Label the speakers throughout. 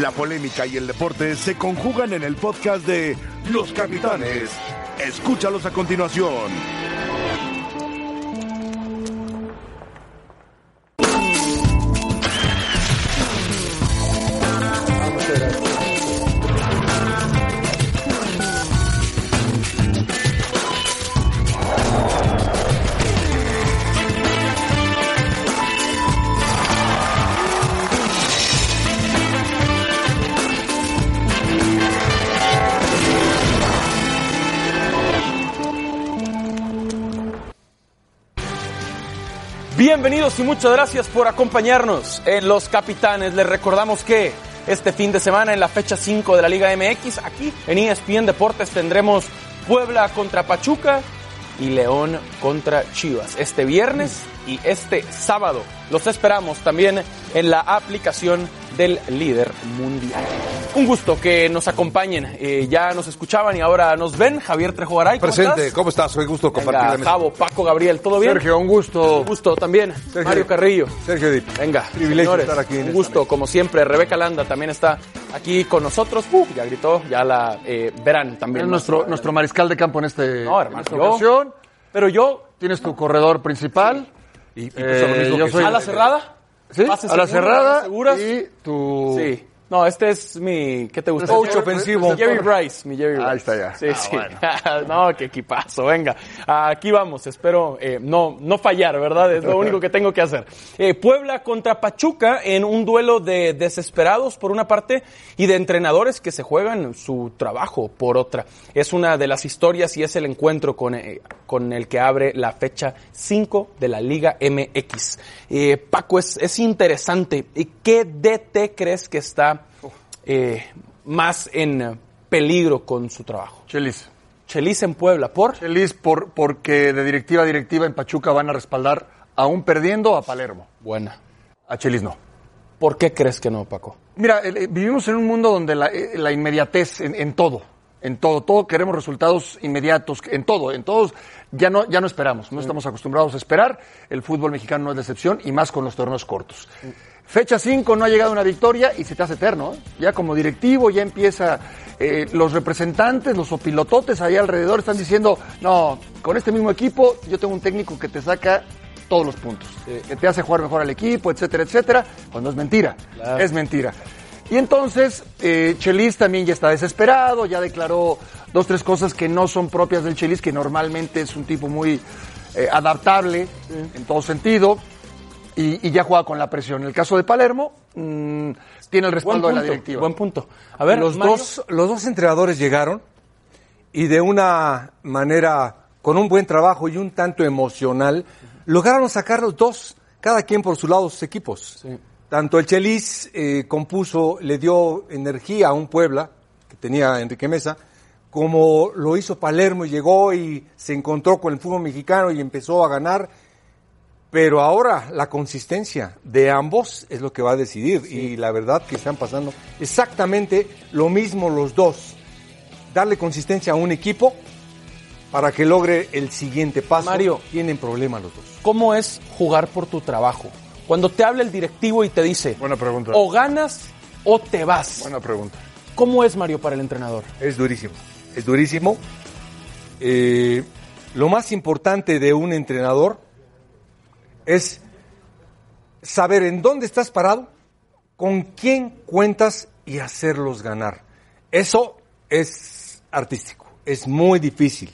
Speaker 1: La polémica y el deporte se conjugan en el podcast de Los Capitanes. Escúchalos a continuación.
Speaker 2: Bienvenidos y muchas gracias por acompañarnos en Los Capitanes. Les recordamos que este fin de semana en la fecha 5 de la Liga MX, aquí en E ESPN Deportes tendremos Puebla contra Pachuca y León contra Chivas este viernes y este sábado. Los esperamos también en la aplicación del líder mundial. Un gusto que nos acompañen. Eh, ya nos escuchaban y ahora nos ven. Javier Trejo Garay, ¿cómo
Speaker 3: Presente,
Speaker 2: estás?
Speaker 3: ¿cómo estás? Soy gusto compartir la
Speaker 2: Venga,
Speaker 3: mesa.
Speaker 2: Javo, Paco, Gabriel, ¿todo bien?
Speaker 3: Sergio, un gusto.
Speaker 2: Un gusto también.
Speaker 3: Sergio.
Speaker 2: Mario Carrillo.
Speaker 3: Sergio Dip.
Speaker 2: Venga,
Speaker 3: Privilegio
Speaker 2: señores,
Speaker 3: estar aquí en
Speaker 2: un
Speaker 3: esta
Speaker 2: gusto,
Speaker 3: mesa.
Speaker 2: como siempre. Rebeca Landa también está aquí con nosotros. Uh, ya gritó, ya la eh, verán también.
Speaker 4: Es
Speaker 2: más
Speaker 4: nuestro,
Speaker 2: adelante.
Speaker 4: nuestro mariscal de campo en, este,
Speaker 2: No,
Speaker 4: en
Speaker 2: hermano,
Speaker 4: esta
Speaker 2: yo-
Speaker 4: ocasión.
Speaker 2: Pero yo,
Speaker 4: Tienes tu corredor principal.
Speaker 3: Y, y
Speaker 4: Eh,
Speaker 3: puso lo mismo
Speaker 4: yo
Speaker 3: que
Speaker 4: soy-
Speaker 2: a la cerrada.
Speaker 4: ¿Sí?
Speaker 2: Pase
Speaker 4: A
Speaker 2: seguro,
Speaker 4: la cerrada.
Speaker 2: ¿Seguras?
Speaker 4: Y tu.
Speaker 2: Sí. No, este es mi. ¿Qué te gusta?
Speaker 4: Coach
Speaker 2: Jerry-
Speaker 4: ofensivo.
Speaker 2: Jerry Rice, mi Jerry Rice.
Speaker 4: Ahí está ya.
Speaker 2: Sí, sí. no, qué equipazo, venga. Aquí vamos, espero eh, no, no fallar, ¿verdad? Es lo único que tengo que hacer. Eh, Puebla contra Pachuca en un duelo de desesperados por una parte y de entrenadores que se juegan su trabajo por otra. Es una de las historias y es el encuentro con, eh, con el que abre la fecha 5 de la Liga MX. Eh, Paco, es, es interesante. ¿Y ¿Qué DT crees que está eh, más en eh, peligro con su trabajo?
Speaker 4: Chelis.
Speaker 2: Chelis en Puebla, por.
Speaker 4: Chelis, por, porque de directiva a directiva en Pachuca van a respaldar, aún perdiendo, a Palermo.
Speaker 2: Buena.
Speaker 4: A Chelis no.
Speaker 2: ¿Por qué crees que no, Paco?
Speaker 4: Mira, el- eh, vivimos en un mundo donde la, eh, la inmediatez en, en todo, en todo, todo queremos resultados inmediatos, en todo, en todos ya no, ya no esperamos, no estamos acostumbrados a esperar. El fútbol mexicano no es la excepción y más con los torneos cortos. Fecha 5 no ha llegado una victoria y se te hace eterno. ¿eh? Ya como directivo ya empieza eh, los representantes, los opilototes ahí alrededor están diciendo, no, con este mismo equipo yo tengo un técnico que te saca todos los puntos, que te hace jugar mejor al equipo, etcétera, etcétera, cuando es mentira, es mentira. Y entonces, eh, Chelis también ya está desesperado, ya declaró dos, tres cosas que no son propias del Chelis, que normalmente es un tipo muy eh, adaptable en todo sentido, y, y ya juega con la presión. En el caso de Palermo, mm, tiene
Speaker 2: Buen
Speaker 4: el
Speaker 2: punto,
Speaker 4: respaldo de la directiva.
Speaker 2: buen punto. A ver,
Speaker 5: los,
Speaker 2: Mario.
Speaker 5: dos, los dos entrenadores llegaron y de una manera, con un buen trabajo y un tanto emocional, lograron sacar los dos, cada quien por su lado, sus equipos. Tanto el Chelis eh, compuso, le dio energía a un Puebla, que tenía Enrique Mesa, como lo hizo Palermo y llegó y se encontró con el fútbol mexicano y empezó a ganar. Pero ahora la consistencia de ambos es lo que va a decidir y la verdad que están pasando exactamente lo mismo los dos. Darle consistencia a un equipo para que logre el siguiente paso.
Speaker 2: Mario.
Speaker 5: tienen problemas los dos.
Speaker 2: ¿Cómo es jugar por tu trabajo? Cuando te habla el directivo y te dice.
Speaker 3: Buena pregunta.
Speaker 2: O ganas o te vas.
Speaker 3: Buena pregunta.
Speaker 2: ¿Cómo es Mario para el entrenador?
Speaker 5: Es durísimo, es durísimo. Eh, lo más importante de un entrenador es saber en dónde estás parado, con quién cuentas y hacerlos ganar. Eso es artístico, es muy difícil.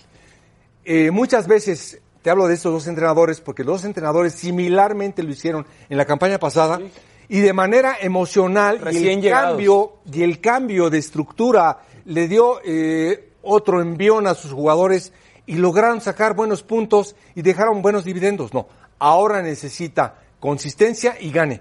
Speaker 5: Eh, muchas veces te hablo de estos dos entrenadores porque los dos entrenadores similarmente lo hicieron en la campaña pasada y de manera emocional y
Speaker 2: Recién
Speaker 5: el
Speaker 2: llegados.
Speaker 5: cambio y el cambio de estructura le dio eh, otro envión a sus jugadores y lograron sacar buenos puntos y dejaron buenos dividendos. No, ahora necesita consistencia y gane.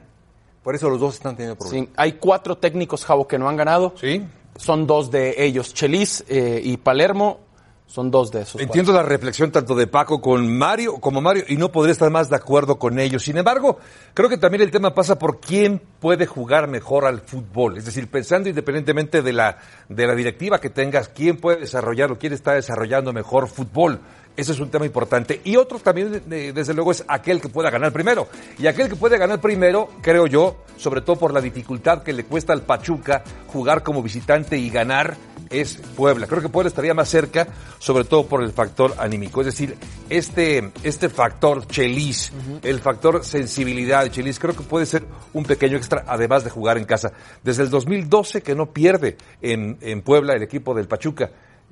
Speaker 5: Por eso los dos están teniendo problemas.
Speaker 2: Sí, hay cuatro técnicos, Javo, que no han ganado.
Speaker 5: Sí.
Speaker 2: Son dos de ellos, Chelis eh, y Palermo. Son dos de esos.
Speaker 5: Entiendo la reflexión tanto de Paco con Mario como Mario y no podría estar más de acuerdo con ellos. Sin embargo, creo que también el tema pasa por quién puede jugar mejor al fútbol. Es decir, pensando independientemente de la, de la directiva que tengas, quién puede desarrollar o quién está desarrollando mejor fútbol. Ese es un tema importante. Y otro también, eh, desde luego, es aquel que pueda ganar primero. Y aquel que puede ganar primero, creo yo, sobre todo por la dificultad que le cuesta al Pachuca jugar como visitante y ganar, es Puebla. Creo que Puebla estaría más cerca, sobre todo por el factor anímico. Es decir, este, este factor Chelis, el factor sensibilidad de Chelis, creo que puede ser un pequeño extra, además de jugar en casa. Desde el 2012 que no pierde en, en Puebla el equipo del Pachuca.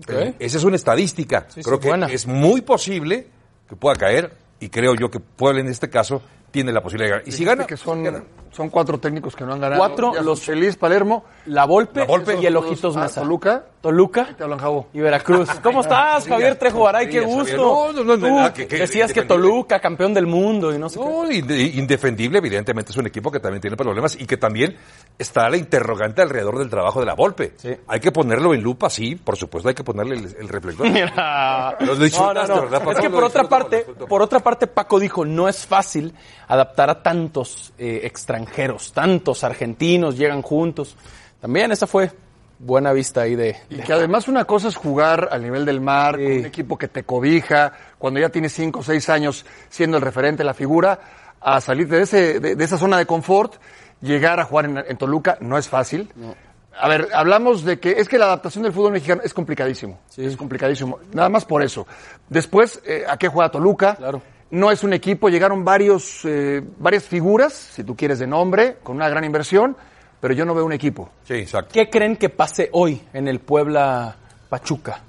Speaker 5: Eh, Esa es una estadística.
Speaker 2: Sí,
Speaker 5: creo
Speaker 2: sí,
Speaker 5: que
Speaker 2: buena.
Speaker 5: es muy posible que pueda caer y creo yo que Puebla en este caso tiene la posibilidad de ganar. Y si
Speaker 4: Dijiste
Speaker 5: gana,
Speaker 4: que
Speaker 5: gana.
Speaker 4: son, son cuatro técnicos que no han ganado.
Speaker 2: Cuatro,
Speaker 4: Ya,
Speaker 2: los-
Speaker 4: Chelis, Palermo,
Speaker 2: La Volpe,
Speaker 5: La Volpe.
Speaker 2: y el Ojitos
Speaker 4: Ah,
Speaker 2: Mesa.
Speaker 4: Toluca.
Speaker 2: Toluca.
Speaker 4: te hablan Jabo.
Speaker 2: Y Veracruz. ¿Cómo estás, Javier Trejo Garay? Qué
Speaker 5: Javier.
Speaker 2: gusto.
Speaker 5: No, no, no, no,
Speaker 2: Tú
Speaker 5: nada, que- que-
Speaker 2: decías que
Speaker 5: independiente.
Speaker 2: Toluca, campeón del mundo y no sé qué.
Speaker 5: No, inde- indefendible, evidentemente es un equipo que también tiene problemas y que también está la interrogante alrededor del trabajo de la Volpe.
Speaker 2: Sí.
Speaker 5: Hay que ponerlo en lupa, sí, por supuesto, hay que ponerle el, el reflector.
Speaker 2: Mira.
Speaker 5: Lo disfrutaste, ¿verdad, Paco?
Speaker 2: Es que
Speaker 5: Lo
Speaker 2: por otra
Speaker 5: disfruto, lo
Speaker 2: parte,
Speaker 5: disfruto.
Speaker 2: por otra parte, Paco dijo, no es fácil adaptar a tantos eh, extranjeros, tantos argentinos llegan juntos. También esa fue buena vista ahí de...
Speaker 4: Y que además una cosa es jugar al nivel del mar, con
Speaker 2: Sí.
Speaker 4: un equipo que te cobija, cuando ya tienes cinco o seis años siendo el referente, la figura, a salir de, ese, de, de esa zona de confort, llegar a jugar en, en Toluca, no es fácil. A ver, hablamos de que es que la adaptación del fútbol mexicano es complicadísimo, es complicadísimo, nada más por eso. Después, eh, ¿a qué juega Toluca?
Speaker 2: Claro.
Speaker 4: No es un equipo, llegaron varios, eh, varias figuras, si tú quieres de nombre, con una gran inversión, pero yo no veo un equipo.
Speaker 5: Sí, exacto.
Speaker 2: ¿Qué creen que pase hoy en el Puebla Pachuca?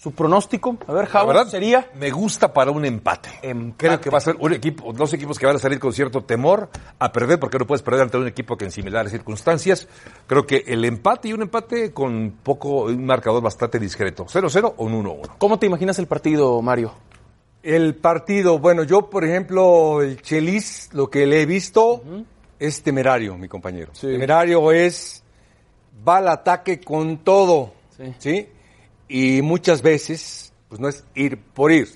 Speaker 2: ¿Su pronóstico? A ver,
Speaker 5: La
Speaker 2: Javo,
Speaker 5: verdad,
Speaker 2: sería...
Speaker 5: me gusta para un empate.
Speaker 2: Empate.
Speaker 5: Creo que va a ser un equipo, dos equipos que van a salir con cierto temor a perder, porque no puedes perder ante un equipo que en similares circunstancias. Creo que el empate y un empate con poco, un marcador bastante discreto. 0-0 o un 1-1.
Speaker 2: ¿Cómo te imaginas el partido, Mario?
Speaker 6: El partido, bueno, yo por ejemplo, el Chelis, lo que le he visto es temerario, mi compañero.
Speaker 2: Sí.
Speaker 6: Temerario es, va al ataque con todo,
Speaker 2: Sí.
Speaker 6: sí. Y muchas veces, pues no es ir por ir.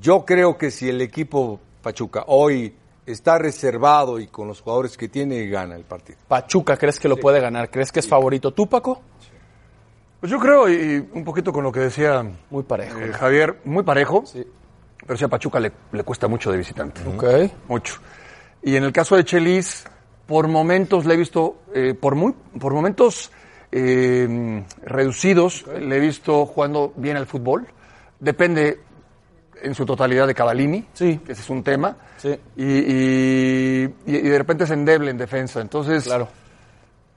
Speaker 6: Yo creo que si el equipo Pachuca hoy está reservado y con los jugadores que tiene, gana el partido.
Speaker 2: Pachuca, ¿crees que lo puede ganar? ¿Crees que es favorito tú, Paco?
Speaker 4: Pues yo creo, y un poquito con lo que decía
Speaker 2: Muy parejo.
Speaker 4: eh, Javier, muy parejo, pero si a Pachuca le, le cuesta mucho de visitante.
Speaker 2: Ok.
Speaker 4: ¿eh? Mucho. Y en el caso de Chelis, por momentos le he visto, eh, por, muy, por momentos eh, reducidos, le he visto jugando bien al fútbol. Depende en su totalidad de Cavalini,
Speaker 2: Sí.
Speaker 4: que ese es un tema.
Speaker 2: Sí.
Speaker 4: Y, y- y- y de repente es endeble en defensa. Entonces,
Speaker 2: Claro.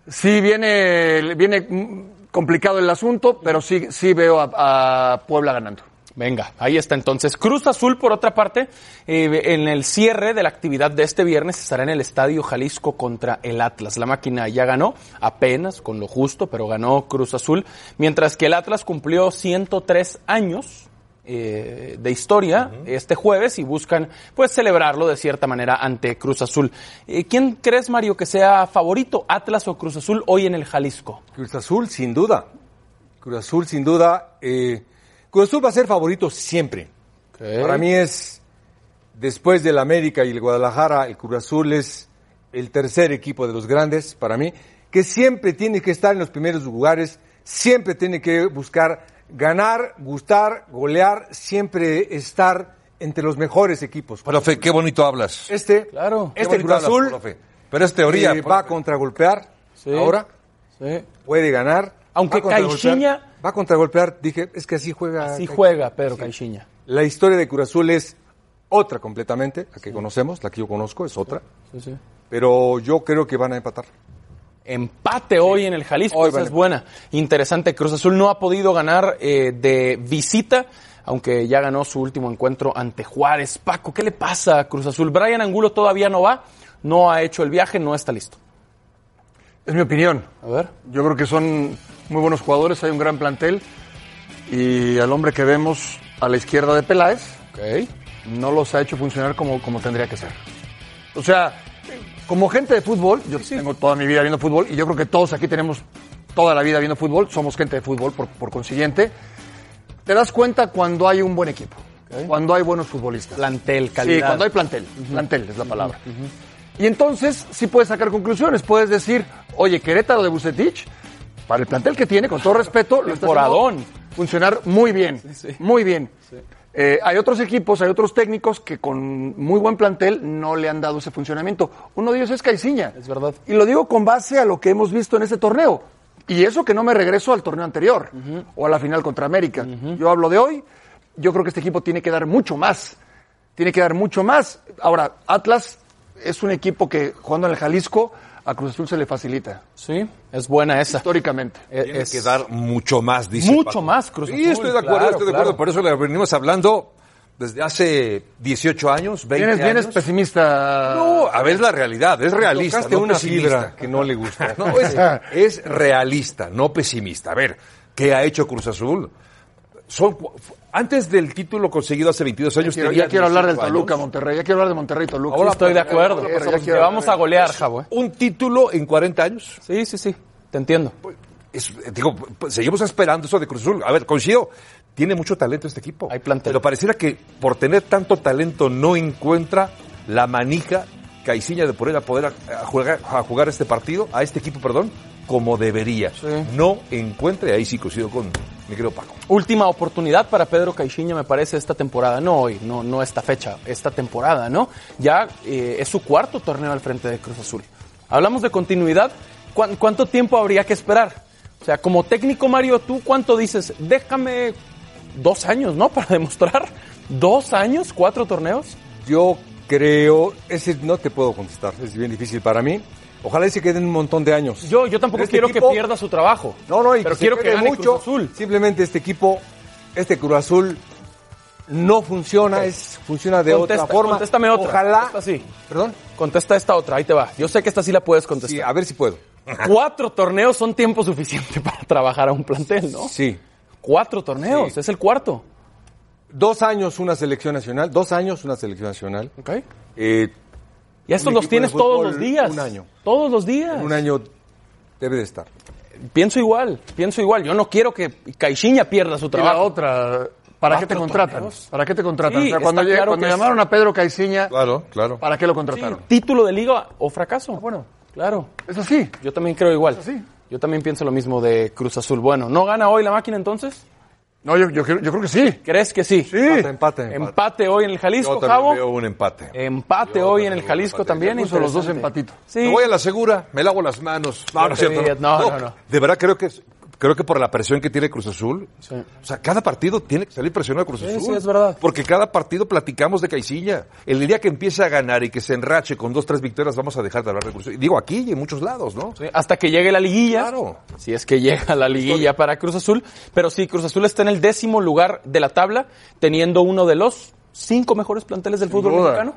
Speaker 4: Sí, viene, viene mm, complicado el asunto, pero sí, sí veo a, a Puebla ganando.
Speaker 2: Venga, ahí está entonces. Cruz Azul, por otra parte, eh, en el cierre de la actividad de este viernes estará en el Estadio Jalisco contra el Atlas. La máquina ya ganó, apenas, con lo justo, pero ganó Cruz Azul, mientras que el Atlas cumplió 103 años eh, de historia este jueves y buscan pues celebrarlo de cierta manera ante Cruz Azul. Eh, ¿Quién crees, Mario, que sea favorito, Atlas o Cruz Azul, hoy en el Jalisco?
Speaker 6: Cruz Azul, sin duda. Cruz Azul, sin duda. eh, Cruz Azul va a ser favorito siempre.
Speaker 2: ¿Eh?
Speaker 6: Para mí es, después del América y el Guadalajara, el Cruz Azul es el tercer equipo de los grandes, para mí, que siempre tiene que estar en los primeros lugares, siempre tiene que buscar ganar, gustar, golear, siempre estar entre los mejores equipos.
Speaker 5: Profe, qué bonito hablas.
Speaker 6: Este,
Speaker 2: Claro.
Speaker 5: Qué
Speaker 6: este
Speaker 5: bonito
Speaker 6: Cruz
Speaker 5: hablas,
Speaker 6: Azul
Speaker 5: profe. Pero
Speaker 2: este
Speaker 5: es teoría.
Speaker 6: eh,
Speaker 5: profe.
Speaker 6: va a contragolpear
Speaker 2: Sí.
Speaker 6: ahora,
Speaker 2: Sí.
Speaker 6: puede ganar.
Speaker 2: Aunque
Speaker 6: va a contragolpear,
Speaker 2: Caixinha-
Speaker 6: Va a contragolpear, dije, es que así juega.
Speaker 2: Así
Speaker 6: Caixinha.
Speaker 2: juega Pedro Caixinha.
Speaker 6: La historia de Cruz Azul es otra completamente, la que conocemos, la que yo conozco es otra,
Speaker 2: Sí, sí.
Speaker 6: pero yo creo que van a empatar.
Speaker 2: Empate hoy en el Jalisco,
Speaker 6: Hoy
Speaker 2: esa
Speaker 6: vale.
Speaker 2: es buena. Interesante, Cruz Azul no ha podido ganar eh, de visita, aunque ya ganó su último encuentro ante Juárez. Paco, ¿qué le pasa a Cruz Azul? Brian Angulo todavía no va, no ha hecho el viaje, no está listo.
Speaker 4: Es mi opinión.
Speaker 2: A ver.
Speaker 4: Yo creo que son muy buenos jugadores, hay un gran plantel. Y al hombre que vemos a la izquierda de Peláez,
Speaker 2: Ok.
Speaker 4: no los ha hecho funcionar como, como tendría que ser. O sea, como gente de fútbol, yo tengo toda mi vida viendo fútbol y yo creo que todos aquí tenemos toda la vida viendo fútbol, somos gente de fútbol por, por consiguiente. te das cuenta cuando hay un buen equipo, cuando hay buenos futbolistas.
Speaker 2: Plantel,
Speaker 4: Sí, cuando hay plantel. Plantel es la palabra. Y entonces sí puedes sacar conclusiones. Puedes decir, oye, Querétaro de Bucetich, para el plantel que tiene, con todo respeto, lo está
Speaker 2: Temporadón.
Speaker 4: haciendo funcionar muy bien. Muy bien. Eh, hay otros equipos, hay otros técnicos que con muy buen plantel no le han dado ese funcionamiento. Uno de ellos es Caiciña.
Speaker 2: Es verdad.
Speaker 4: Y lo digo con base a lo que hemos visto en este torneo. Y eso que no me regreso al torneo anterior o a la final contra América. Yo hablo de hoy. Yo creo que este equipo tiene que dar mucho más. Tiene que dar mucho más. Ahora, Atlas es un equipo que jugando en el Jalisco a Cruz Azul se le facilita,
Speaker 2: Sí, es buena esa.
Speaker 4: históricamente.
Speaker 2: Eh,
Speaker 5: Tiene
Speaker 2: es-
Speaker 5: que dar mucho más, dice.
Speaker 2: Mucho
Speaker 5: Paco.
Speaker 2: más, Cruz
Speaker 5: Sí,
Speaker 2: Azul,
Speaker 5: estoy de acuerdo,
Speaker 2: claro,
Speaker 5: estoy de
Speaker 2: claro.
Speaker 5: acuerdo. Por eso le venimos hablando desde hace 18 años, 20
Speaker 4: Vienes, vienes
Speaker 5: años.
Speaker 4: pesimista.
Speaker 5: No, a ver, es la realidad, es realista.
Speaker 6: Tocaste
Speaker 5: no
Speaker 6: una
Speaker 5: pesimista.
Speaker 6: fibra que no le gusta.
Speaker 5: No, es, es realista, no pesimista. A ver, ¿qué ha hecho Cruz Azul? Son, cu- antes del título conseguido hace 22 años,
Speaker 4: Quiero-
Speaker 5: tenía
Speaker 4: ya quiero hablar del
Speaker 5: 18
Speaker 4: Toluca,
Speaker 5: años.
Speaker 4: Monterrey. Ya quiero hablar de Monterrey, Toluca.
Speaker 2: Ahora
Speaker 4: Sí,
Speaker 2: estoy de acuerdo.
Speaker 4: Ya
Speaker 2: Pasamos-
Speaker 4: quiero
Speaker 2: te vamos a
Speaker 4: hablar de-
Speaker 2: golear, Jabo. eh.
Speaker 5: Un título en 40 años.
Speaker 2: Sí, sí, sí. Te entiendo.
Speaker 5: Es- digo, pues, seguimos esperando eso de Cruz Azul. A ver, coincido, tiene mucho talento este equipo.
Speaker 2: Hay plantel.
Speaker 5: Pero pareciera que por tener tanto talento no encuentra la manija Caiciña de poder a poder a- a jugar, a jugar este partido, a este equipo, perdón, como debería. No encuentra, y ahí sí coincido con mi querido Paco.
Speaker 2: Última oportunidad para Pedro Caixinha, me parece, esta temporada. No hoy, no, no esta fecha, esta temporada, ¿no? Ya eh, es su cuarto torneo al frente de Cruz Azul. Hablamos de continuidad. ¿cuán- ¿Cuánto tiempo habría que esperar? O sea, como técnico, Mario, ¿tú cuánto dices? Déjame dos años, ¿no? Para demostrar. ¿Dos años? ¿Cuatro torneos?
Speaker 6: Yo creo, ese no te puedo contestar, es bien difícil para mí. Ojalá y se queden un montón de años.
Speaker 2: Yo, yo tampoco
Speaker 6: Este
Speaker 2: quiero
Speaker 6: equipo-
Speaker 2: que pierda su trabajo.
Speaker 6: No, no, y
Speaker 2: pero
Speaker 6: se
Speaker 2: quiero que
Speaker 6: quede
Speaker 2: gane
Speaker 6: mucho.
Speaker 2: Cruz Azul.
Speaker 6: Simplemente este equipo, este Cruz Azul no funciona, es funciona de
Speaker 2: Contesta,
Speaker 6: otra forma.
Speaker 2: contéstame otra.
Speaker 6: Ojalá.
Speaker 2: Esta sí.
Speaker 6: Perdón.
Speaker 2: Contesta esta otra, ahí te va. Yo sé que esta sí la puedes contestar.
Speaker 6: Sí, a ver si puedo.
Speaker 2: Cuatro torneos son tiempo suficiente para trabajar a un plantel, ¿no?
Speaker 6: Sí.
Speaker 2: Cuatro torneos,
Speaker 6: Sí.
Speaker 2: es el cuarto.
Speaker 6: Dos años una selección nacional, dos años una selección nacional.
Speaker 2: ¿Ok?
Speaker 6: Eh,
Speaker 2: Y estos
Speaker 6: Un
Speaker 2: los
Speaker 6: equipo
Speaker 2: tienes
Speaker 6: de fútbol,
Speaker 2: todos los días.
Speaker 6: un año.
Speaker 2: Todos los días.
Speaker 6: en un año debe de estar.
Speaker 2: Pienso igual, pienso igual. Yo no quiero que Caixinha pierda su
Speaker 4: Y la
Speaker 2: trabajo.
Speaker 4: otra, ¿para qué te
Speaker 2: Cuatro
Speaker 4: contratan?
Speaker 2: torneos.
Speaker 4: ¿Para qué te contratan?
Speaker 2: Sí,
Speaker 4: O sea, cuando
Speaker 2: está
Speaker 4: lleg-
Speaker 2: claro
Speaker 4: cuando
Speaker 2: que es-
Speaker 4: llamaron a Pedro Caiciña,
Speaker 5: Claro, claro.
Speaker 4: ¿para qué lo
Speaker 2: Sí,
Speaker 4: contrataron?
Speaker 2: título de liga o fracaso. bueno, claro.
Speaker 4: Es así.
Speaker 2: Yo también creo igual.
Speaker 4: Sí.
Speaker 2: Yo también pienso lo mismo de Cruz Azul. Bueno, ¿no gana hoy la máquina entonces?
Speaker 4: No, yo, yo, creo- yo creo que sí.
Speaker 2: ¿Crees que sí?
Speaker 6: Empate, empate, empate.
Speaker 2: Empate hoy en el
Speaker 5: Yo
Speaker 2: Jalisco,
Speaker 5: también
Speaker 2: Javo.
Speaker 5: veo un empate.
Speaker 2: Empate
Speaker 5: Yo
Speaker 2: hoy
Speaker 5: también
Speaker 2: en el
Speaker 5: veo
Speaker 2: Jalisco
Speaker 5: empate.
Speaker 2: también.
Speaker 4: Puso los dos
Speaker 2: interesante.
Speaker 4: empatitos.
Speaker 2: Sí.
Speaker 5: Me voy a la segura, me lavo las manos. No, no es cierto.
Speaker 2: Sí, no, no, no.
Speaker 5: De verdad creo que creo que por la presión que tiene Cruz Azul,
Speaker 2: Sí.
Speaker 5: o sea, cada partido tiene que salir presionado Cruz
Speaker 2: Sí,
Speaker 5: Azul.
Speaker 2: sí, es verdad.
Speaker 5: Porque cada partido platicamos de Caixinha. El día que empiece a ganar y que se enrache con dos, tres victorias, vamos a dejar de hablar de Cruz Azul. Y digo aquí y en muchos lados, ¿no?
Speaker 2: Sí, Hasta que llegue la liguilla.
Speaker 5: Claro.
Speaker 2: Si es que llega
Speaker 4: Pues
Speaker 2: la liguilla para Cruz Azul. Pero sí, Cruz Azul está en el décimo lugar de la tabla, teniendo uno de los cinco mejores planteles del fútbol
Speaker 4: duda.
Speaker 2: mexicano.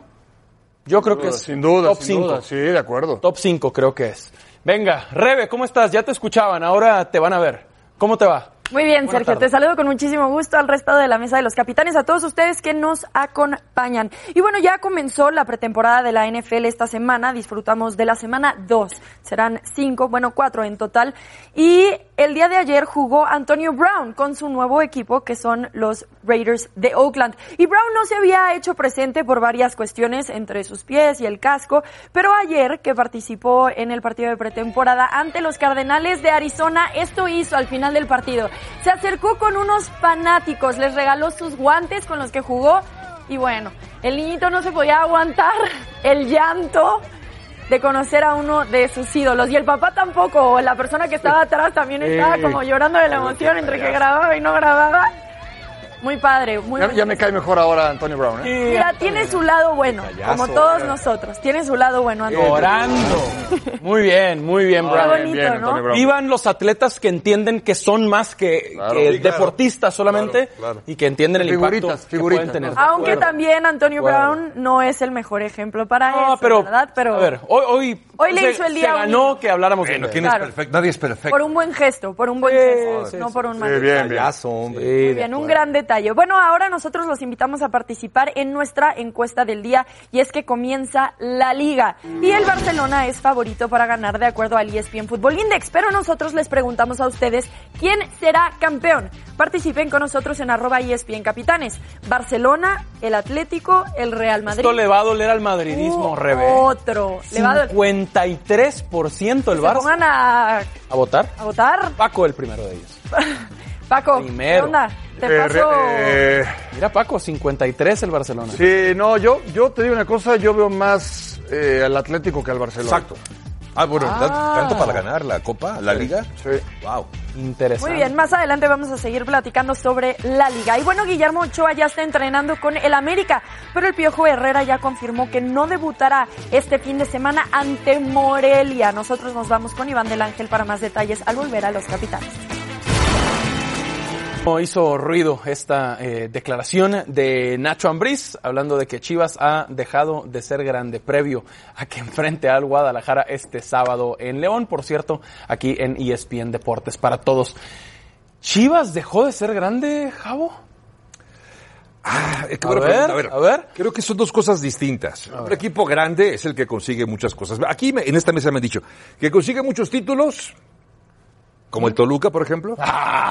Speaker 2: Yo creo que es
Speaker 4: Sin duda,
Speaker 2: top
Speaker 4: sin
Speaker 2: 5.
Speaker 4: duda. Sí, de acuerdo.
Speaker 2: Top 5 creo que es. Venga, Rebe, ¿cómo estás? Ya te escuchaban, ahora te van a ver. ¿Cómo te va?
Speaker 7: Muy bien,
Speaker 2: Buena
Speaker 7: Sergio,
Speaker 2: tarde.
Speaker 7: te saludo con muchísimo gusto al resto de la mesa de los capitanes, a todos ustedes que nos acompañan. Y bueno, ya comenzó la pretemporada de la NFL esta semana, disfrutamos de la semana 2, serán 5, bueno, 4 en total. Y el día de ayer jugó Antonio Brown con su nuevo equipo, que son los Raiders de Oakland. Y Brown no se había hecho presente por varias cuestiones entre sus pies y el casco, pero ayer que participó en el partido de pretemporada ante los Cardenales de Arizona, esto hizo al final del partido. Se acercó con unos fanáticos, les regaló sus guantes con los que jugó y bueno, el niñito no se podía aguantar el llanto de conocer a uno de sus ídolos y el papá tampoco, o la persona que estaba atrás también estaba como llorando de la emoción entre que grababa y no grababa. Muy padre, muy
Speaker 4: Ya, ya me cae mejor ahora Antonio Brown, ¿eh?
Speaker 7: Mira, tiene su lado bueno, como todos nosotros. Tiene su lado bueno, Antonio.
Speaker 2: Orando. Muy bien, muy bien,
Speaker 7: Qué
Speaker 2: Brian.
Speaker 7: bonito,
Speaker 4: Ah, bien,
Speaker 7: ¿no?
Speaker 4: Antonio Brown.
Speaker 2: Vivan los atletas que entienden que son más que,
Speaker 4: Claro.
Speaker 2: que
Speaker 4: Sí,
Speaker 5: claro.
Speaker 2: deportistas solamente
Speaker 5: Claro, claro.
Speaker 2: y que entienden el
Speaker 4: Figuritas,
Speaker 2: impacto
Speaker 4: figuritas,
Speaker 2: que pueden tener.
Speaker 4: ¿no?
Speaker 7: Aunque
Speaker 2: Bueno.
Speaker 7: también Antonio
Speaker 2: Bueno.
Speaker 7: Brown no es el mejor ejemplo para
Speaker 2: No,
Speaker 7: eso,
Speaker 2: pero,
Speaker 7: ¿verdad? Pero
Speaker 2: a ver, hoy, hoy,
Speaker 7: Hoy le
Speaker 2: se,
Speaker 7: hizo el
Speaker 2: se
Speaker 7: día
Speaker 2: ganó
Speaker 7: único.
Speaker 2: que habláramos
Speaker 5: Bueno,
Speaker 2: de
Speaker 5: ¿quién
Speaker 2: él.
Speaker 5: es
Speaker 7: Claro.
Speaker 5: perfecto? Nadie es perfecto.
Speaker 7: por un buen gesto, por un buen
Speaker 2: Sí,
Speaker 7: gesto,
Speaker 2: sí,
Speaker 7: no
Speaker 2: sí,
Speaker 7: por un mal gesto.
Speaker 4: bien,
Speaker 2: Eh,
Speaker 6: Payaso, hombre.
Speaker 7: Muy bien, un gran detalle. Bueno, ahora nosotros los invitamos a participar en nuestra encuesta del día y es que comienza la liga. Y el Barcelona es favorito para ganar de acuerdo al E ESPN Fútbol Index, pero nosotros les preguntamos a ustedes quién será campeón. Participen con nosotros en arroba E ESPN Capitanes. Barcelona, el Atlético, el Real Madrid.
Speaker 2: Esto le va a doler al madridismo,
Speaker 7: Uh,
Speaker 2: Rebe. ¿eh?
Speaker 7: Otro. Le va a doler.
Speaker 2: 53% el
Speaker 7: Se
Speaker 2: Barça.
Speaker 7: pongan a,
Speaker 2: ¿A votar?
Speaker 7: a votar.
Speaker 2: Paco el primero de ellos.
Speaker 7: Paco,
Speaker 2: Primero.
Speaker 7: ¿qué onda? Te
Speaker 4: Eh,
Speaker 7: paso...
Speaker 4: re- eh,
Speaker 2: Mira, Paco, 53 el Barcelona.
Speaker 4: sí, no, yo, yo te digo una cosa, yo veo más eh, al Atlético que al Barcelona.
Speaker 5: Exacto. Ah, bueno, tan- ¿tanto para ganar la Copa, la Liga?
Speaker 4: Sí.
Speaker 5: Wow.
Speaker 2: Interesante.
Speaker 7: Muy bien, más adelante vamos a seguir platicando sobre la liga. Y bueno, Guillermo Ochoa ya está entrenando con el América, pero el Piojo Herrera ya confirmó que no debutará este fin de semana ante Morelia. Nosotros nos vamos con Iván del Ángel para más detalles al volver a los capitanes.
Speaker 2: No hizo ruido esta eh, declaración de Nacho Ambriz hablando de que Chivas ha dejado de ser grande previo a que enfrente al Guadalajara este sábado en León, por cierto, aquí en E ESPN Deportes para todos. ¿Chivas dejó de ser grande, Javo?
Speaker 5: Ah, qué
Speaker 2: A
Speaker 5: buena
Speaker 2: ver,
Speaker 5: pregunta.
Speaker 2: a ver.
Speaker 5: Creo que son dos cosas distintas. Un equipo grande es el que consigue muchas cosas. Aquí me- en esta mesa me han dicho que consigue muchos títulos, como el Toluca, por ejemplo,
Speaker 2: Ah,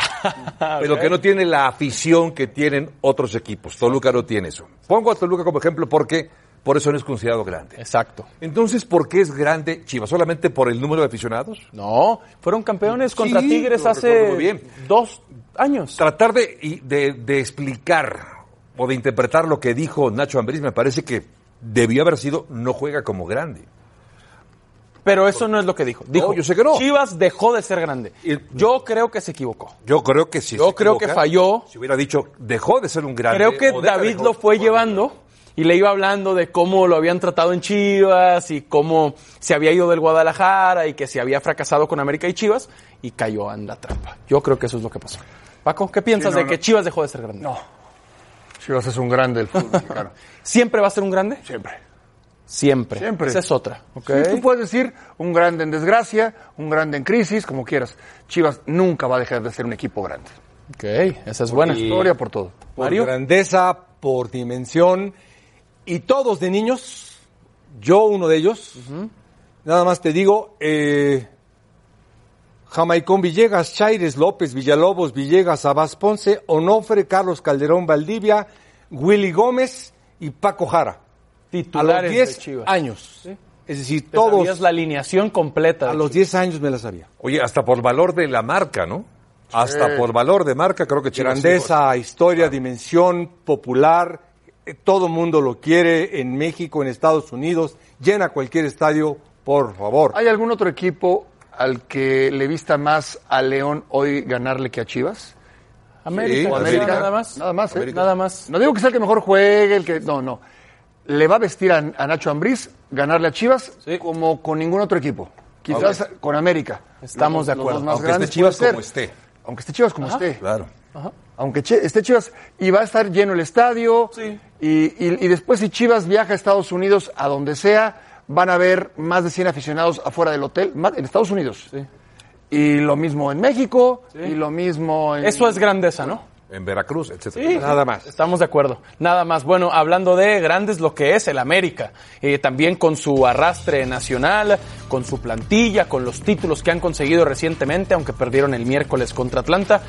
Speaker 5: pero que no tiene la afición que tienen otros equipos. Toluca no tiene eso. Pongo a Toluca como ejemplo porque por eso no es considerado grande.
Speaker 2: Exacto.
Speaker 5: Entonces, ¿por qué es grande Chivas? ¿Solamente por el número de aficionados?
Speaker 2: No, fueron campeones contra
Speaker 5: Sí,
Speaker 2: Tigres
Speaker 5: lo recuerdo
Speaker 2: hace
Speaker 5: muy bien.
Speaker 2: dos años.
Speaker 5: tratar de, y de- de explicar o de interpretar lo que dijo Nacho Ambriz me parece que debió haber sido no juega como grande.
Speaker 2: Pero eso no es lo que dijo. Dijo,
Speaker 5: yo sé que no.
Speaker 2: Chivas dejó de ser grande.
Speaker 5: Y-
Speaker 2: Yo creo que se equivocó.
Speaker 5: Yo creo que sí.
Speaker 2: Yo creo que falló.
Speaker 5: Si hubiera dicho, dejó de ser un grande.
Speaker 2: Creo que
Speaker 5: o deja de
Speaker 2: David
Speaker 5: jugar
Speaker 2: lo fue
Speaker 5: como
Speaker 2: llevando y le iba hablando de cómo lo habían tratado en Chivas y cómo se había ido del Guadalajara y que se había fracasado con América y Chivas y cayó en la trampa. Yo creo que eso es lo que pasó. Paco, ¿qué piensas
Speaker 4: no,
Speaker 2: de
Speaker 4: no.
Speaker 2: que Chivas dejó de ser grande?
Speaker 4: No. Chivas es un grande del fútbol mexicano.
Speaker 2: ¿Siempre va a ser un grande?
Speaker 4: Siempre.
Speaker 2: Siempre.
Speaker 4: Siempre.
Speaker 2: Esa es otra. ¿ok?
Speaker 4: Sí, tú puedes decir un grande en desgracia, un grande en crisis, como quieras. Chivas nunca va a dejar de ser un equipo grande.
Speaker 2: Ok, esa es buena.
Speaker 4: Historia por todo.
Speaker 6: por
Speaker 2: Mario.
Speaker 6: grandeza, por dimensión, y todos de niños, yo uno de ellos, nada más te digo, eh, Jamaicón Villegas, Chaires López, Villalobos, Villegas, Abas Ponce, Onofre, Carlos Calderón Valdivia, Willy Gómez y Paco Jara. a
Speaker 2: Titulares
Speaker 6: los
Speaker 2: de
Speaker 6: 10
Speaker 2: Chivas.
Speaker 6: años. Es decir,
Speaker 2: Te sabías
Speaker 6: todos
Speaker 2: la alineación completa.
Speaker 6: a
Speaker 2: de
Speaker 6: los
Speaker 2: Chivas.
Speaker 6: 10 años me la sabía.
Speaker 5: Oye, hasta por valor de la marca, ¿no? Hasta por valor de marca, creo que Chivas.
Speaker 6: Grandeza, historia, dimensión, popular, eh, todo mundo lo quiere en México, en Estados Unidos, llena cualquier estadio, por favor.
Speaker 4: ¿Hay algún otro equipo al que le vista más a León hoy ganarle que a Chivas?
Speaker 2: América,
Speaker 5: Sí,
Speaker 2: o
Speaker 5: América.
Speaker 2: nada más.
Speaker 4: Nada más, ¿eh?
Speaker 2: Nada más.
Speaker 4: No digo que sea el que mejor juegue, el que. No, no. Le va a vestir a, a Nacho Ambriz ganarle a Chivas
Speaker 2: Sí.
Speaker 4: como con ningún otro equipo. Quizás con América.
Speaker 2: Estamos de
Speaker 4: Los dos
Speaker 2: acuerdo.
Speaker 4: más
Speaker 5: Aunque
Speaker 4: grandes
Speaker 5: esté Chivas
Speaker 4: puede
Speaker 5: como
Speaker 4: ser.
Speaker 5: esté.
Speaker 4: Aunque esté Chivas como esté.
Speaker 5: Claro.
Speaker 4: Aunque Chi- esté Chivas, y va a estar lleno el estadio,
Speaker 2: Sí.
Speaker 4: y, y- y después si Chivas viaja a Estados Unidos, a donde sea, van a haber más de 100 aficionados afuera del hotel, más- en Estados Unidos. Y lo mismo en México, y lo mismo en...
Speaker 2: Eso es grandeza, ¿no?
Speaker 5: En Veracruz, etcétera.
Speaker 2: Sí.
Speaker 6: Nada más.
Speaker 2: Estamos de acuerdo. Nada más. Bueno, hablando de grandes, lo que es el América. Eh, también con su arrastre nacional, con su plantilla, con los títulos que han conseguido recientemente, aunque perdieron el miércoles contra Atlanta.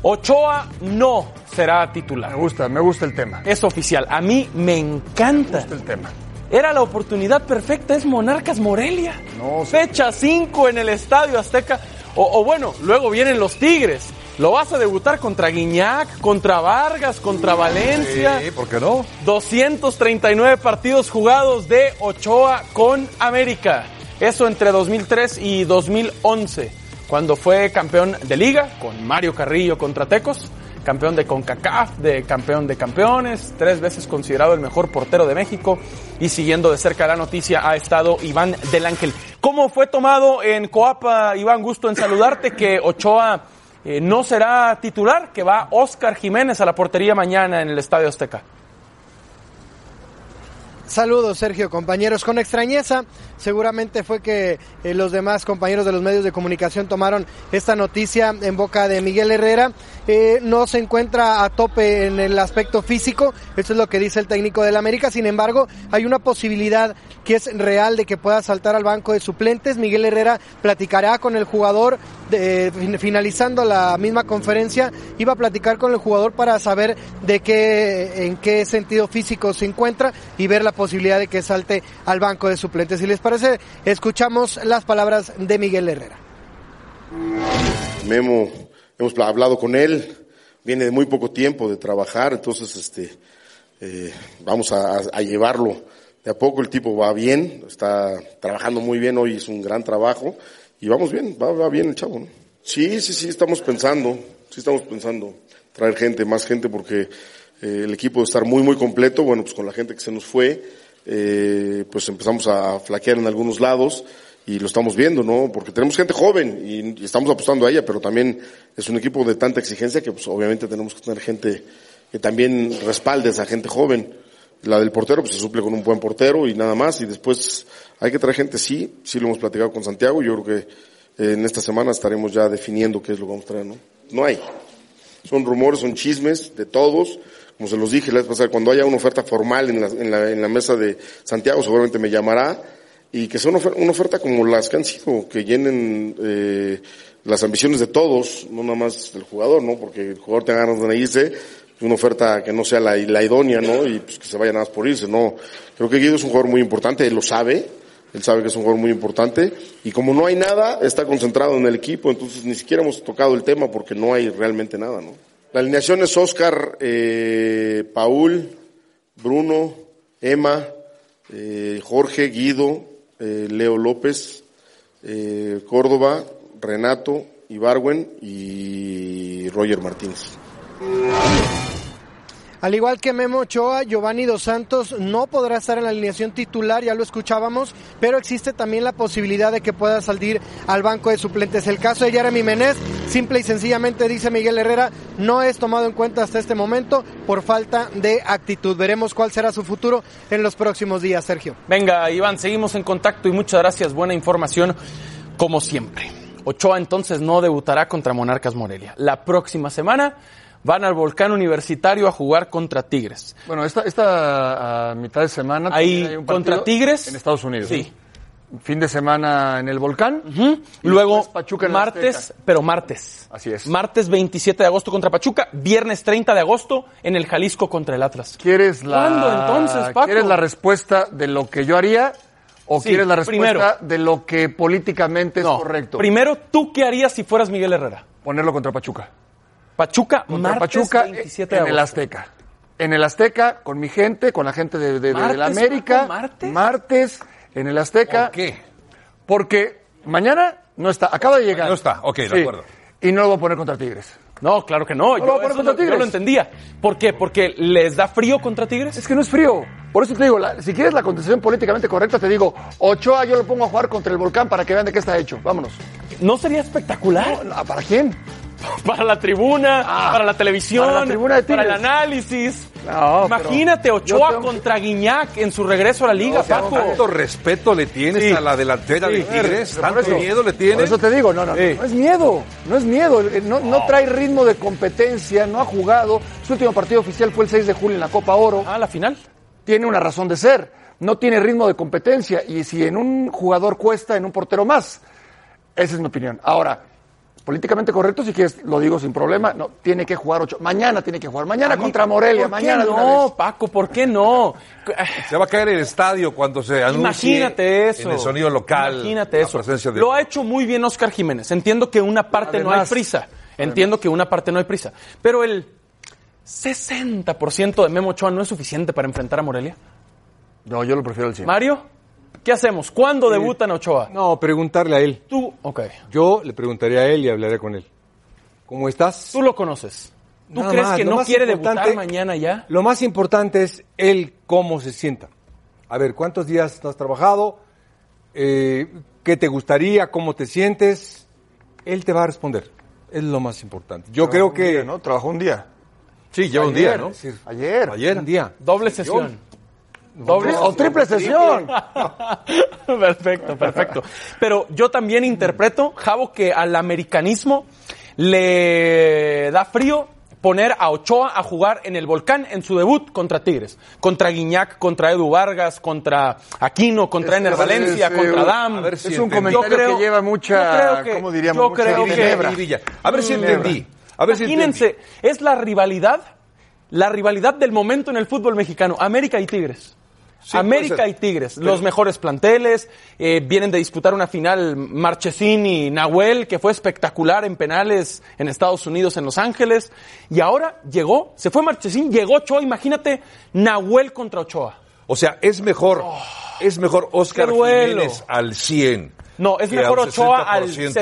Speaker 2: Ochoa no será
Speaker 4: Me
Speaker 2: titular.
Speaker 4: gusta, me gusta el tema.
Speaker 2: Es oficial. A mí me encanta.
Speaker 4: El tema.
Speaker 2: Era la oportunidad perfecta, es Monarcas Morelia.
Speaker 4: No, sí.
Speaker 2: Fecha 5 en el Estadio Azteca. O, o bueno, luego vienen los Tigres. Lo vas a debutar contra Guiñac, contra Vargas, contra Valencia.
Speaker 5: Sí, ¿por qué no?
Speaker 2: 239 partidos jugados de Ochoa con América. Eso entre 2003 y 2011, cuando fue campeón de liga con Mario Carrillo contra Tecos, campeón de CONCACAF, de campeón de campeones, tres veces considerado el mejor portero de México y siguiendo de cerca la noticia ha estado Iván del Ángel. ¿Cómo fue tomado en Coapa, Iván? Gusto en saludarte que Ochoa eh, no será titular, que va Oscar Jiménez a la portería mañana en el Estadio Azteca.
Speaker 8: Saludos, Sergio, compañeros. Con extrañeza, seguramente fue que eh, los demás compañeros de los medios de comunicación tomaron esta noticia en boca de Miguel Herrera. Eh, no se encuentra a tope en el aspecto físico, eso es lo que dice el técnico del América. Sin embargo, hay una posibilidad que es real de que pueda saltar al banco de suplentes. Miguel Herrera platicará con el jugador, de, fin- finalizando la misma conferencia, iba a platicar con el jugador para saber de qué, en qué sentido físico se encuentra y ver la posibilidad de que salte al banco de suplentes. Si les parece, escuchamos las palabras de Miguel Herrera.
Speaker 9: Memo, hemos pla- hablado con él, viene de muy poco tiempo de trabajar, entonces este, eh, vamos a, a- a llevarlo de a poco, el tipo va bien, está trabajando muy bien, hoy es un gran trabajo y vamos bien, va, va bien el chavo. ¿no? Sí, sí, sí, estamos pensando, sí estamos pensando traer gente, más gente porque eh, el equipo de estar muy, muy completo, bueno, pues con la gente que se nos fue, eh, pues empezamos a flaquear en algunos lados y lo estamos viendo, ¿no? Porque tenemos gente joven y, y estamos apostando a ella, pero también es un equipo de tanta exigencia que pues obviamente tenemos que tener gente que también respalde a esa gente joven. La del portero pues se suple con un buen portero y nada más y después hay que traer gente, sí, sí lo hemos platicado con Santiago, yo creo que eh, en esta semana estaremos ya definiendo qué es lo que vamos a traer, ¿no? No hay. Son rumores, son chismes de todos. Como se los dije la vez pasada, cuando haya una oferta formal en la, en la, en la mesa de Santiago, seguramente me llamará. Y que sea una oferta, una oferta como las que han sido, que llenen eh, las ambiciones de todos, no nada más del jugador, ¿no? Porque el jugador tenga ganas de irse, pues, una oferta que no sea la, la idónea, ¿no? Y pues que se vaya nada más por irse, ¿no? Creo que Guido es un jugador muy importante, él lo sabe, él sabe que es un jugador muy importante y como no hay nada, está concentrado en el equipo, entonces ni siquiera hemos tocado el tema porque no hay realmente nada, ¿no? La alineación es Oscar, eh, Paul, Bruno, Emma, eh, Jorge, Guido, eh, Leo López, eh, Córdoba, Renato, Ibarwen y Roger Martínez.
Speaker 8: Al igual que Memo Ochoa, Giovanni Dos Santos no podrá estar en la alineación titular, ya lo escuchábamos, pero existe también la posibilidad de que pueda salir al banco de suplentes. El caso de Jeremy Menés, simple y sencillamente dice Miguel Herrera, no es tomado en cuenta hasta este momento por falta de actitud. Veremos cuál será su futuro en los próximos días, Sergio.
Speaker 2: Venga, Iván, seguimos en contacto y muchas gracias. Buena información, como siempre. Ochoa entonces no debutará contra Monarcas Morelia. La próxima semana van al Volcán Universitario a jugar contra Tigres.
Speaker 4: Bueno, esta, esta a mitad de semana.
Speaker 2: Ahí
Speaker 4: Ah, hay un partido
Speaker 2: contra Tigres.
Speaker 4: En Estados Unidos.
Speaker 2: Sí.
Speaker 4: ¿no? Fin de semana en el volcán. Y
Speaker 2: Luego
Speaker 4: después Pachuca en el
Speaker 2: martes,
Speaker 4: Azteca.
Speaker 2: pero martes.
Speaker 4: Así es.
Speaker 2: Martes 27 de agosto contra Pachuca, viernes 30 de agosto en el Jalisco contra el Atlas.
Speaker 4: ¿Quieres la,
Speaker 2: ¿Cuándo entonces, Paco?
Speaker 4: ¿Quieres la respuesta de lo que yo haría o
Speaker 2: Sí,
Speaker 4: quieres la respuesta
Speaker 2: primero.
Speaker 4: de lo que políticamente es
Speaker 2: No,
Speaker 4: correcto?
Speaker 2: Primero, ¿tú qué harías si fueras Miguel Herrera?
Speaker 4: Ponerlo contra Pachuca.
Speaker 2: Pachuca,
Speaker 4: Contra
Speaker 2: martes
Speaker 4: Pachuca eh,
Speaker 2: 27 de
Speaker 4: en
Speaker 2: agosto.
Speaker 4: el Azteca. En el Azteca, con mi gente, con la gente de, de- de- de la
Speaker 2: ¿Martes,
Speaker 4: América.
Speaker 2: Paco, martes?
Speaker 4: Martes, en el Azteca.
Speaker 5: ¿Por qué?
Speaker 4: Porque mañana no está, acaba de llegar.
Speaker 5: No está, ok, de acuerdo.
Speaker 4: Y no lo voy a poner contra Tigres.
Speaker 2: No, claro que no.
Speaker 4: No lo
Speaker 2: yo,
Speaker 4: va a poner
Speaker 2: eso
Speaker 4: contra
Speaker 2: no- yo
Speaker 4: Tigres.
Speaker 2: lo entendía. ¿Por qué? ¿Porque les da frío contra Tigres?
Speaker 4: Es que no es frío. Por eso te digo, la- si quieres la contestación políticamente correcta, te digo, Ochoa yo lo pongo a jugar contra el volcán para que vean de qué está hecho. Vámonos.
Speaker 2: ¿No sería espectacular?
Speaker 4: No, ¿Para quién?
Speaker 2: Para la tribuna,
Speaker 4: Ah,
Speaker 2: para la televisión,
Speaker 4: para la tribuna de
Speaker 2: para el
Speaker 4: Tigres.
Speaker 2: análisis.
Speaker 4: No,
Speaker 2: Imagínate
Speaker 4: pero
Speaker 2: Ochoa
Speaker 4: yo tengo-
Speaker 2: contra Guiñac en su regreso a la liga, Paco.
Speaker 4: tengo
Speaker 5: ¿Cuánto respeto le tienes
Speaker 2: Sí.
Speaker 5: a la delantera de Tigres?
Speaker 4: Pero por
Speaker 5: ¿Tanto
Speaker 4: eso-
Speaker 5: miedo le
Speaker 4: Por
Speaker 5: tienes?
Speaker 4: eso te digo, no, no,
Speaker 2: Sí.
Speaker 4: no es miedo, no es miedo, eh, no, no trae ritmo de competencia, no ha jugado, su último partido oficial fue el 6 de julio en la Copa Oro,
Speaker 2: Ah, la final.
Speaker 4: tiene una razón de ser, no tiene ritmo de competencia y si en un jugador cuesta, en un portero más, esa es mi opinión. Ahora, políticamente correcto, si quieres, lo digo sin problema, no, tiene que jugar ocho, mañana tiene que jugar, mañana
Speaker 2: A mí-
Speaker 4: contra Morelia,
Speaker 2: ¿por qué
Speaker 4: mañana de una
Speaker 2: no,
Speaker 4: vez.
Speaker 2: Paco, ¿por qué no?
Speaker 5: Se va a caer el estadio cuando se anuncie
Speaker 2: Imagínate eso.
Speaker 5: en el sonido local
Speaker 2: Imagínate
Speaker 5: la
Speaker 2: eso.
Speaker 5: presencia de...
Speaker 2: Lo ha hecho muy bien Oscar Jiménez. Entiendo que una parte no hay
Speaker 4: Además-
Speaker 2: prisa. Entiendo que una parte no hay prisa. Pero el 60% de Memo Ochoa no es suficiente para enfrentar a Morelia.
Speaker 4: No, yo lo prefiero al 100.
Speaker 2: Mario, ¿qué hacemos? ¿Cuándo debutan Ochoa?
Speaker 6: No, preguntarle a él.
Speaker 2: Tú, ok.
Speaker 6: Yo le preguntaría a él y hablaré con él. ¿Cómo estás?
Speaker 2: Tú lo conoces. ¿Tú
Speaker 6: Nada
Speaker 2: crees
Speaker 6: más,
Speaker 2: que
Speaker 6: lo
Speaker 2: no
Speaker 6: más
Speaker 2: quiere debutar
Speaker 6: importante-
Speaker 2: mañana ya?
Speaker 6: Lo más importante es el cómo se sienta. A ver, ¿cuántos días no has trabajado? Eh, ¿Qué te gustaría? ¿Cómo te sientes? Él te va a responder. Es lo más importante. Yo creo que...
Speaker 4: ¿no? Trabajó un día.
Speaker 5: Sí, lleva un día, ¿no?
Speaker 6: Es decir,
Speaker 4: Ayer.
Speaker 6: ayer. Un día.
Speaker 2: Doble sesión. Doble.
Speaker 4: O triple sesión.
Speaker 2: perfecto, perfecto. Pero yo también interpreto, Javo, que al americanismo le da frío poner a Ochoa a jugar en el Volcán en su debut contra Tigres, contra Guiñac, contra Edu Vargas, contra Aquino, contra Ener Valencia,
Speaker 4: es, eh,
Speaker 2: contra
Speaker 4: a
Speaker 2: Dam.
Speaker 4: ver si entendí.
Speaker 2: Yo creo-
Speaker 4: que lleva
Speaker 2: yo
Speaker 4: mucha-
Speaker 2: creo que-
Speaker 4: ¿cómo diríamos?
Speaker 2: Yo
Speaker 4: Mucha
Speaker 2: creo que-
Speaker 4: ginebra.
Speaker 5: Y Villa. A ver si entendí. A ver si
Speaker 2: Mm,
Speaker 5: entendí.
Speaker 2: Imagínense, es la rivalidad, la rivalidad del momento en el fútbol mexicano, América y Tigres.
Speaker 5: Sí,
Speaker 2: América
Speaker 5: puede
Speaker 2: y
Speaker 5: ser.
Speaker 2: Tigres, los mejores planteles, eh, vienen de disputar una final Marchesín y Nahuel, que fue espectacular en penales en Estados Unidos, en Los Ángeles, y ahora llegó, se fue Marchesín, llegó Ochoa, imagínate Nahuel contra Ochoa.
Speaker 5: O sea, es mejor, es mejor Oscar
Speaker 2: Oh, qué duelo.
Speaker 5: Jiménez al 100.
Speaker 2: No, es
Speaker 5: que
Speaker 2: mejor Ochoa al
Speaker 5: 60%.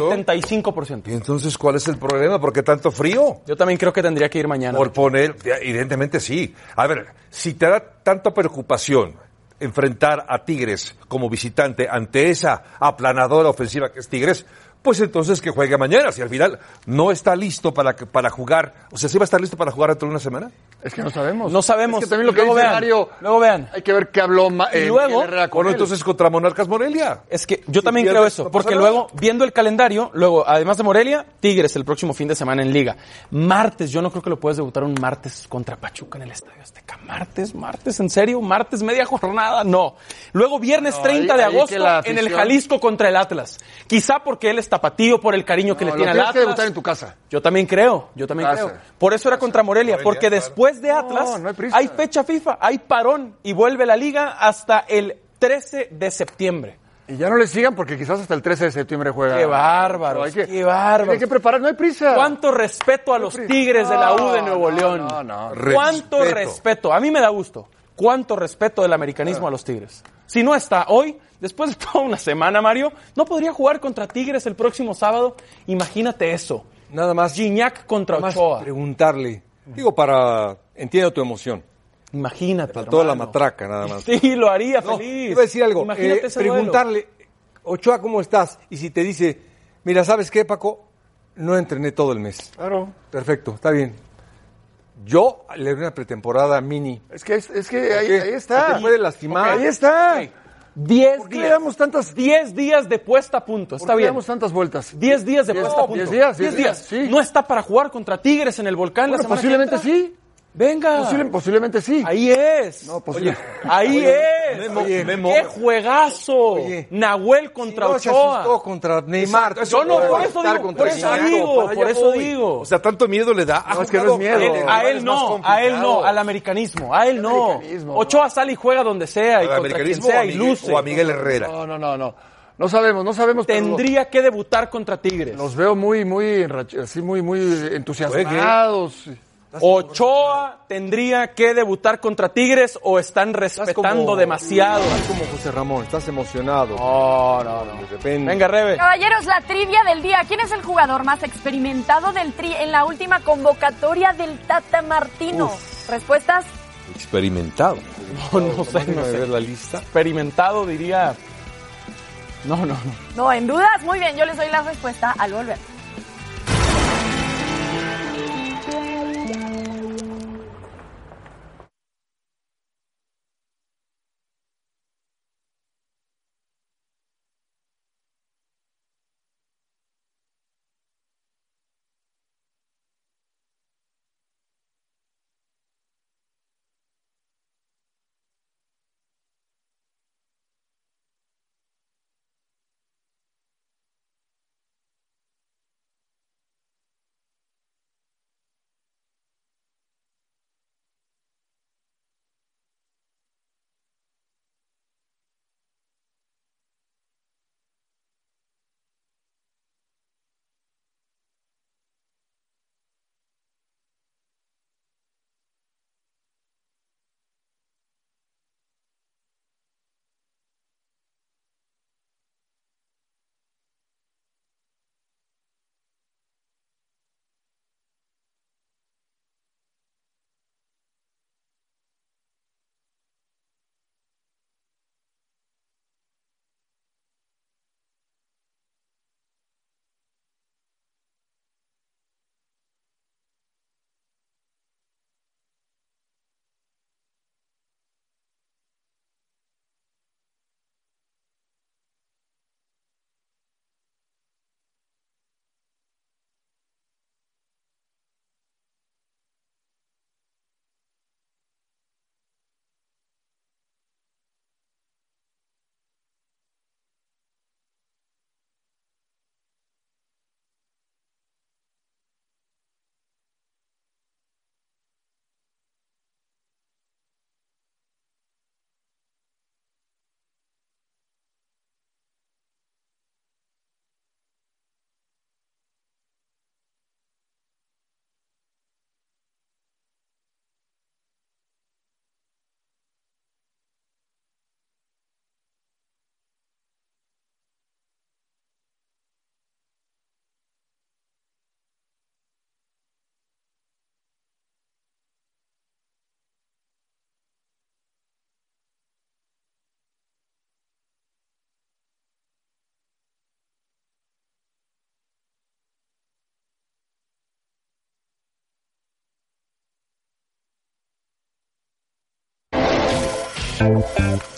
Speaker 2: 75%.
Speaker 5: ¿Y entonces cuál es el problema? ¿Por qué tanto frío?
Speaker 2: Yo también creo que tendría que ir mañana.
Speaker 5: Por poner, evidentemente sí. A ver, si te da tanta preocupación enfrentar a Tigres como visitante ante esa aplanadora ofensiva que es Tigres, pues entonces que juegue mañana. Si al final no está listo para, que- para jugar, o sea, ¿sí va a estar listo para jugar dentro de una semana?
Speaker 4: Es que no sabemos.
Speaker 2: No sabemos.
Speaker 4: Es que también lo que
Speaker 2: Luego
Speaker 4: dice
Speaker 2: vean,
Speaker 4: Mario.
Speaker 2: luego vean.
Speaker 4: Hay que ver qué habló Ma-
Speaker 2: Y
Speaker 4: eh,
Speaker 2: luego-
Speaker 4: Miguel Herrera con
Speaker 5: Bueno,
Speaker 4: él.
Speaker 5: entonces contra Monarcas Morelia.
Speaker 2: Es que yo
Speaker 5: Si
Speaker 2: también
Speaker 5: pierdes,
Speaker 2: creo eso,
Speaker 5: no pasa
Speaker 2: porque
Speaker 5: nada.
Speaker 2: luego, viendo el calendario, luego, además de Morelia, Tigres el próximo fin de semana en Liga. Martes, yo no creo que lo puedas debutar un martes contra Pachuca en el Estadio Azteca. Martes, martes, ¿en serio? Martes, media jornada, no. Luego, viernes
Speaker 4: No,
Speaker 2: 30
Speaker 4: ahí-
Speaker 2: de
Speaker 4: ahí que
Speaker 2: agosto
Speaker 4: la
Speaker 2: en el
Speaker 4: afición-
Speaker 2: Jalisco contra el Atlas. Quizá porque él es tapatío, por el cariño que
Speaker 4: No,
Speaker 2: le
Speaker 4: lo
Speaker 2: tiene al
Speaker 4: tienes
Speaker 2: Atlas.
Speaker 4: que debutar en tu casa.
Speaker 2: Yo también creo, yo también
Speaker 4: Casa.
Speaker 2: creo. Por eso era contra Morelia,
Speaker 5: Morelia,
Speaker 2: porque
Speaker 5: claro.
Speaker 2: después de Atlas
Speaker 4: no hay prisa.
Speaker 2: hay fecha FIFA, hay parón y vuelve la liga hasta el 13 de septiembre.
Speaker 4: Y ya no le sigan porque quizás hasta el 13 de septiembre juega.
Speaker 2: Qué bárbaros,
Speaker 4: Hay que-
Speaker 2: qué bárbaros.
Speaker 4: Hay que preparar, no hay prisa.
Speaker 2: ¿Cuánto respeto a los
Speaker 4: prisa.
Speaker 2: Tigres de la U de
Speaker 4: No,
Speaker 2: Nuevo
Speaker 4: no,
Speaker 2: León?
Speaker 4: no, no.
Speaker 2: ¿Cuánto respeto.
Speaker 5: Respeto.
Speaker 2: A mí me da gusto. ¿Cuánto respeto del americanismo a los Tigres? Si no está hoy, después de toda una semana, Mario, no podría jugar contra Tigres el próximo sábado. Imagínate eso.
Speaker 6: Nada más.
Speaker 2: Gignac contra
Speaker 6: nada más
Speaker 2: Ochoa.
Speaker 6: preguntarle. Digo, para. Entiendo tu emoción.
Speaker 2: Imagínate.
Speaker 6: Faltó la
Speaker 2: hermano.
Speaker 6: matraca, nada más.
Speaker 2: Sí, lo haría
Speaker 6: No,
Speaker 2: feliz.
Speaker 6: iba a decir algo.
Speaker 2: Imagínate
Speaker 6: eh,
Speaker 2: ese duelo.
Speaker 6: preguntarle, Ochoa, ¿cómo estás? Y si te dice, mira, ¿sabes qué, Paco? No entrené todo el mes.
Speaker 4: Claro.
Speaker 6: Perfecto, está bien. Yo le doy una pretemporada mini.
Speaker 4: Es que, es, es que ahí,
Speaker 6: ¿Qué?
Speaker 4: ahí está.
Speaker 6: Te puede lastimar.
Speaker 4: Ahí está.
Speaker 2: Diez
Speaker 4: ¿Por qué
Speaker 2: días.
Speaker 4: le damos tantas-
Speaker 2: Diez días de puesta a punto.
Speaker 4: ¿Por
Speaker 2: Está
Speaker 4: qué
Speaker 2: bien.
Speaker 4: damos tantas vueltas?
Speaker 2: 10 días de
Speaker 4: Diez-
Speaker 2: puesta a
Speaker 4: no,
Speaker 2: punto.
Speaker 4: diez días, diez
Speaker 2: 10
Speaker 4: días,
Speaker 2: días.
Speaker 4: sí.
Speaker 2: No está para jugar contra Tigres en el volcán la
Speaker 4: Bueno,
Speaker 2: semana que
Speaker 4: posiblemente
Speaker 2: entra.
Speaker 4: sí.
Speaker 2: Venga.
Speaker 4: Posible- posiblemente sí.
Speaker 2: Ahí es.
Speaker 4: No, posible-
Speaker 2: Ahí es.
Speaker 5: Memo,
Speaker 2: Oye,
Speaker 5: Memo.
Speaker 2: Qué juegazo.
Speaker 6: Oye.
Speaker 2: Nahuel contra
Speaker 6: No, se asustó
Speaker 2: Ochoa.
Speaker 6: contra Neymar.
Speaker 5: Exacto,
Speaker 2: Yo no,
Speaker 5: Para
Speaker 2: por eso
Speaker 4: estar
Speaker 2: digo,
Speaker 4: contra
Speaker 2: por eso
Speaker 4: Gignac.
Speaker 2: digo,
Speaker 5: Para
Speaker 2: por
Speaker 5: allá
Speaker 2: eso
Speaker 5: voy.
Speaker 2: digo.
Speaker 5: O sea, tanto miedo le da. Ha
Speaker 4: No, es que no
Speaker 5: jugado-
Speaker 4: es miedo.
Speaker 2: Él- a él
Speaker 5: es
Speaker 2: no,
Speaker 5: más
Speaker 2: a él no,
Speaker 5: complicado.
Speaker 2: al americanismo, a él no.
Speaker 4: Americanismo,
Speaker 2: Ochoa sale y juega donde sea y
Speaker 5: Al
Speaker 2: contra quien
Speaker 5: americanismo o
Speaker 2: sea
Speaker 5: a
Speaker 2: y
Speaker 5: Miguel-
Speaker 2: luce.
Speaker 5: o a Miguel Herrera.
Speaker 4: No, no, no, no. No sabemos, no sabemos. pero
Speaker 2: Tendría que debutar contra Tigres.
Speaker 4: Los veo muy, muy, enrach- así, muy, muy entusiasmados.
Speaker 2: Ochoa tendría que debutar contra Tigres o están respetando demasiado.
Speaker 6: Estás como José Ramón, estás emocionado.
Speaker 2: No, no, no.
Speaker 6: Depende.
Speaker 2: Venga, Rebe.
Speaker 7: Caballeros, la trivia del día. ¿Quién es el jugador más experimentado del tri en la última convocatoria del Tata Martino? Respuestas.
Speaker 5: Experimentado.
Speaker 2: No, no sé, no
Speaker 6: Déjame
Speaker 2: sé.
Speaker 6: ver la lista.
Speaker 2: Experimentado diría. No, no, no.
Speaker 7: No, en dudas. Muy bien, yo les doy la respuesta al volver.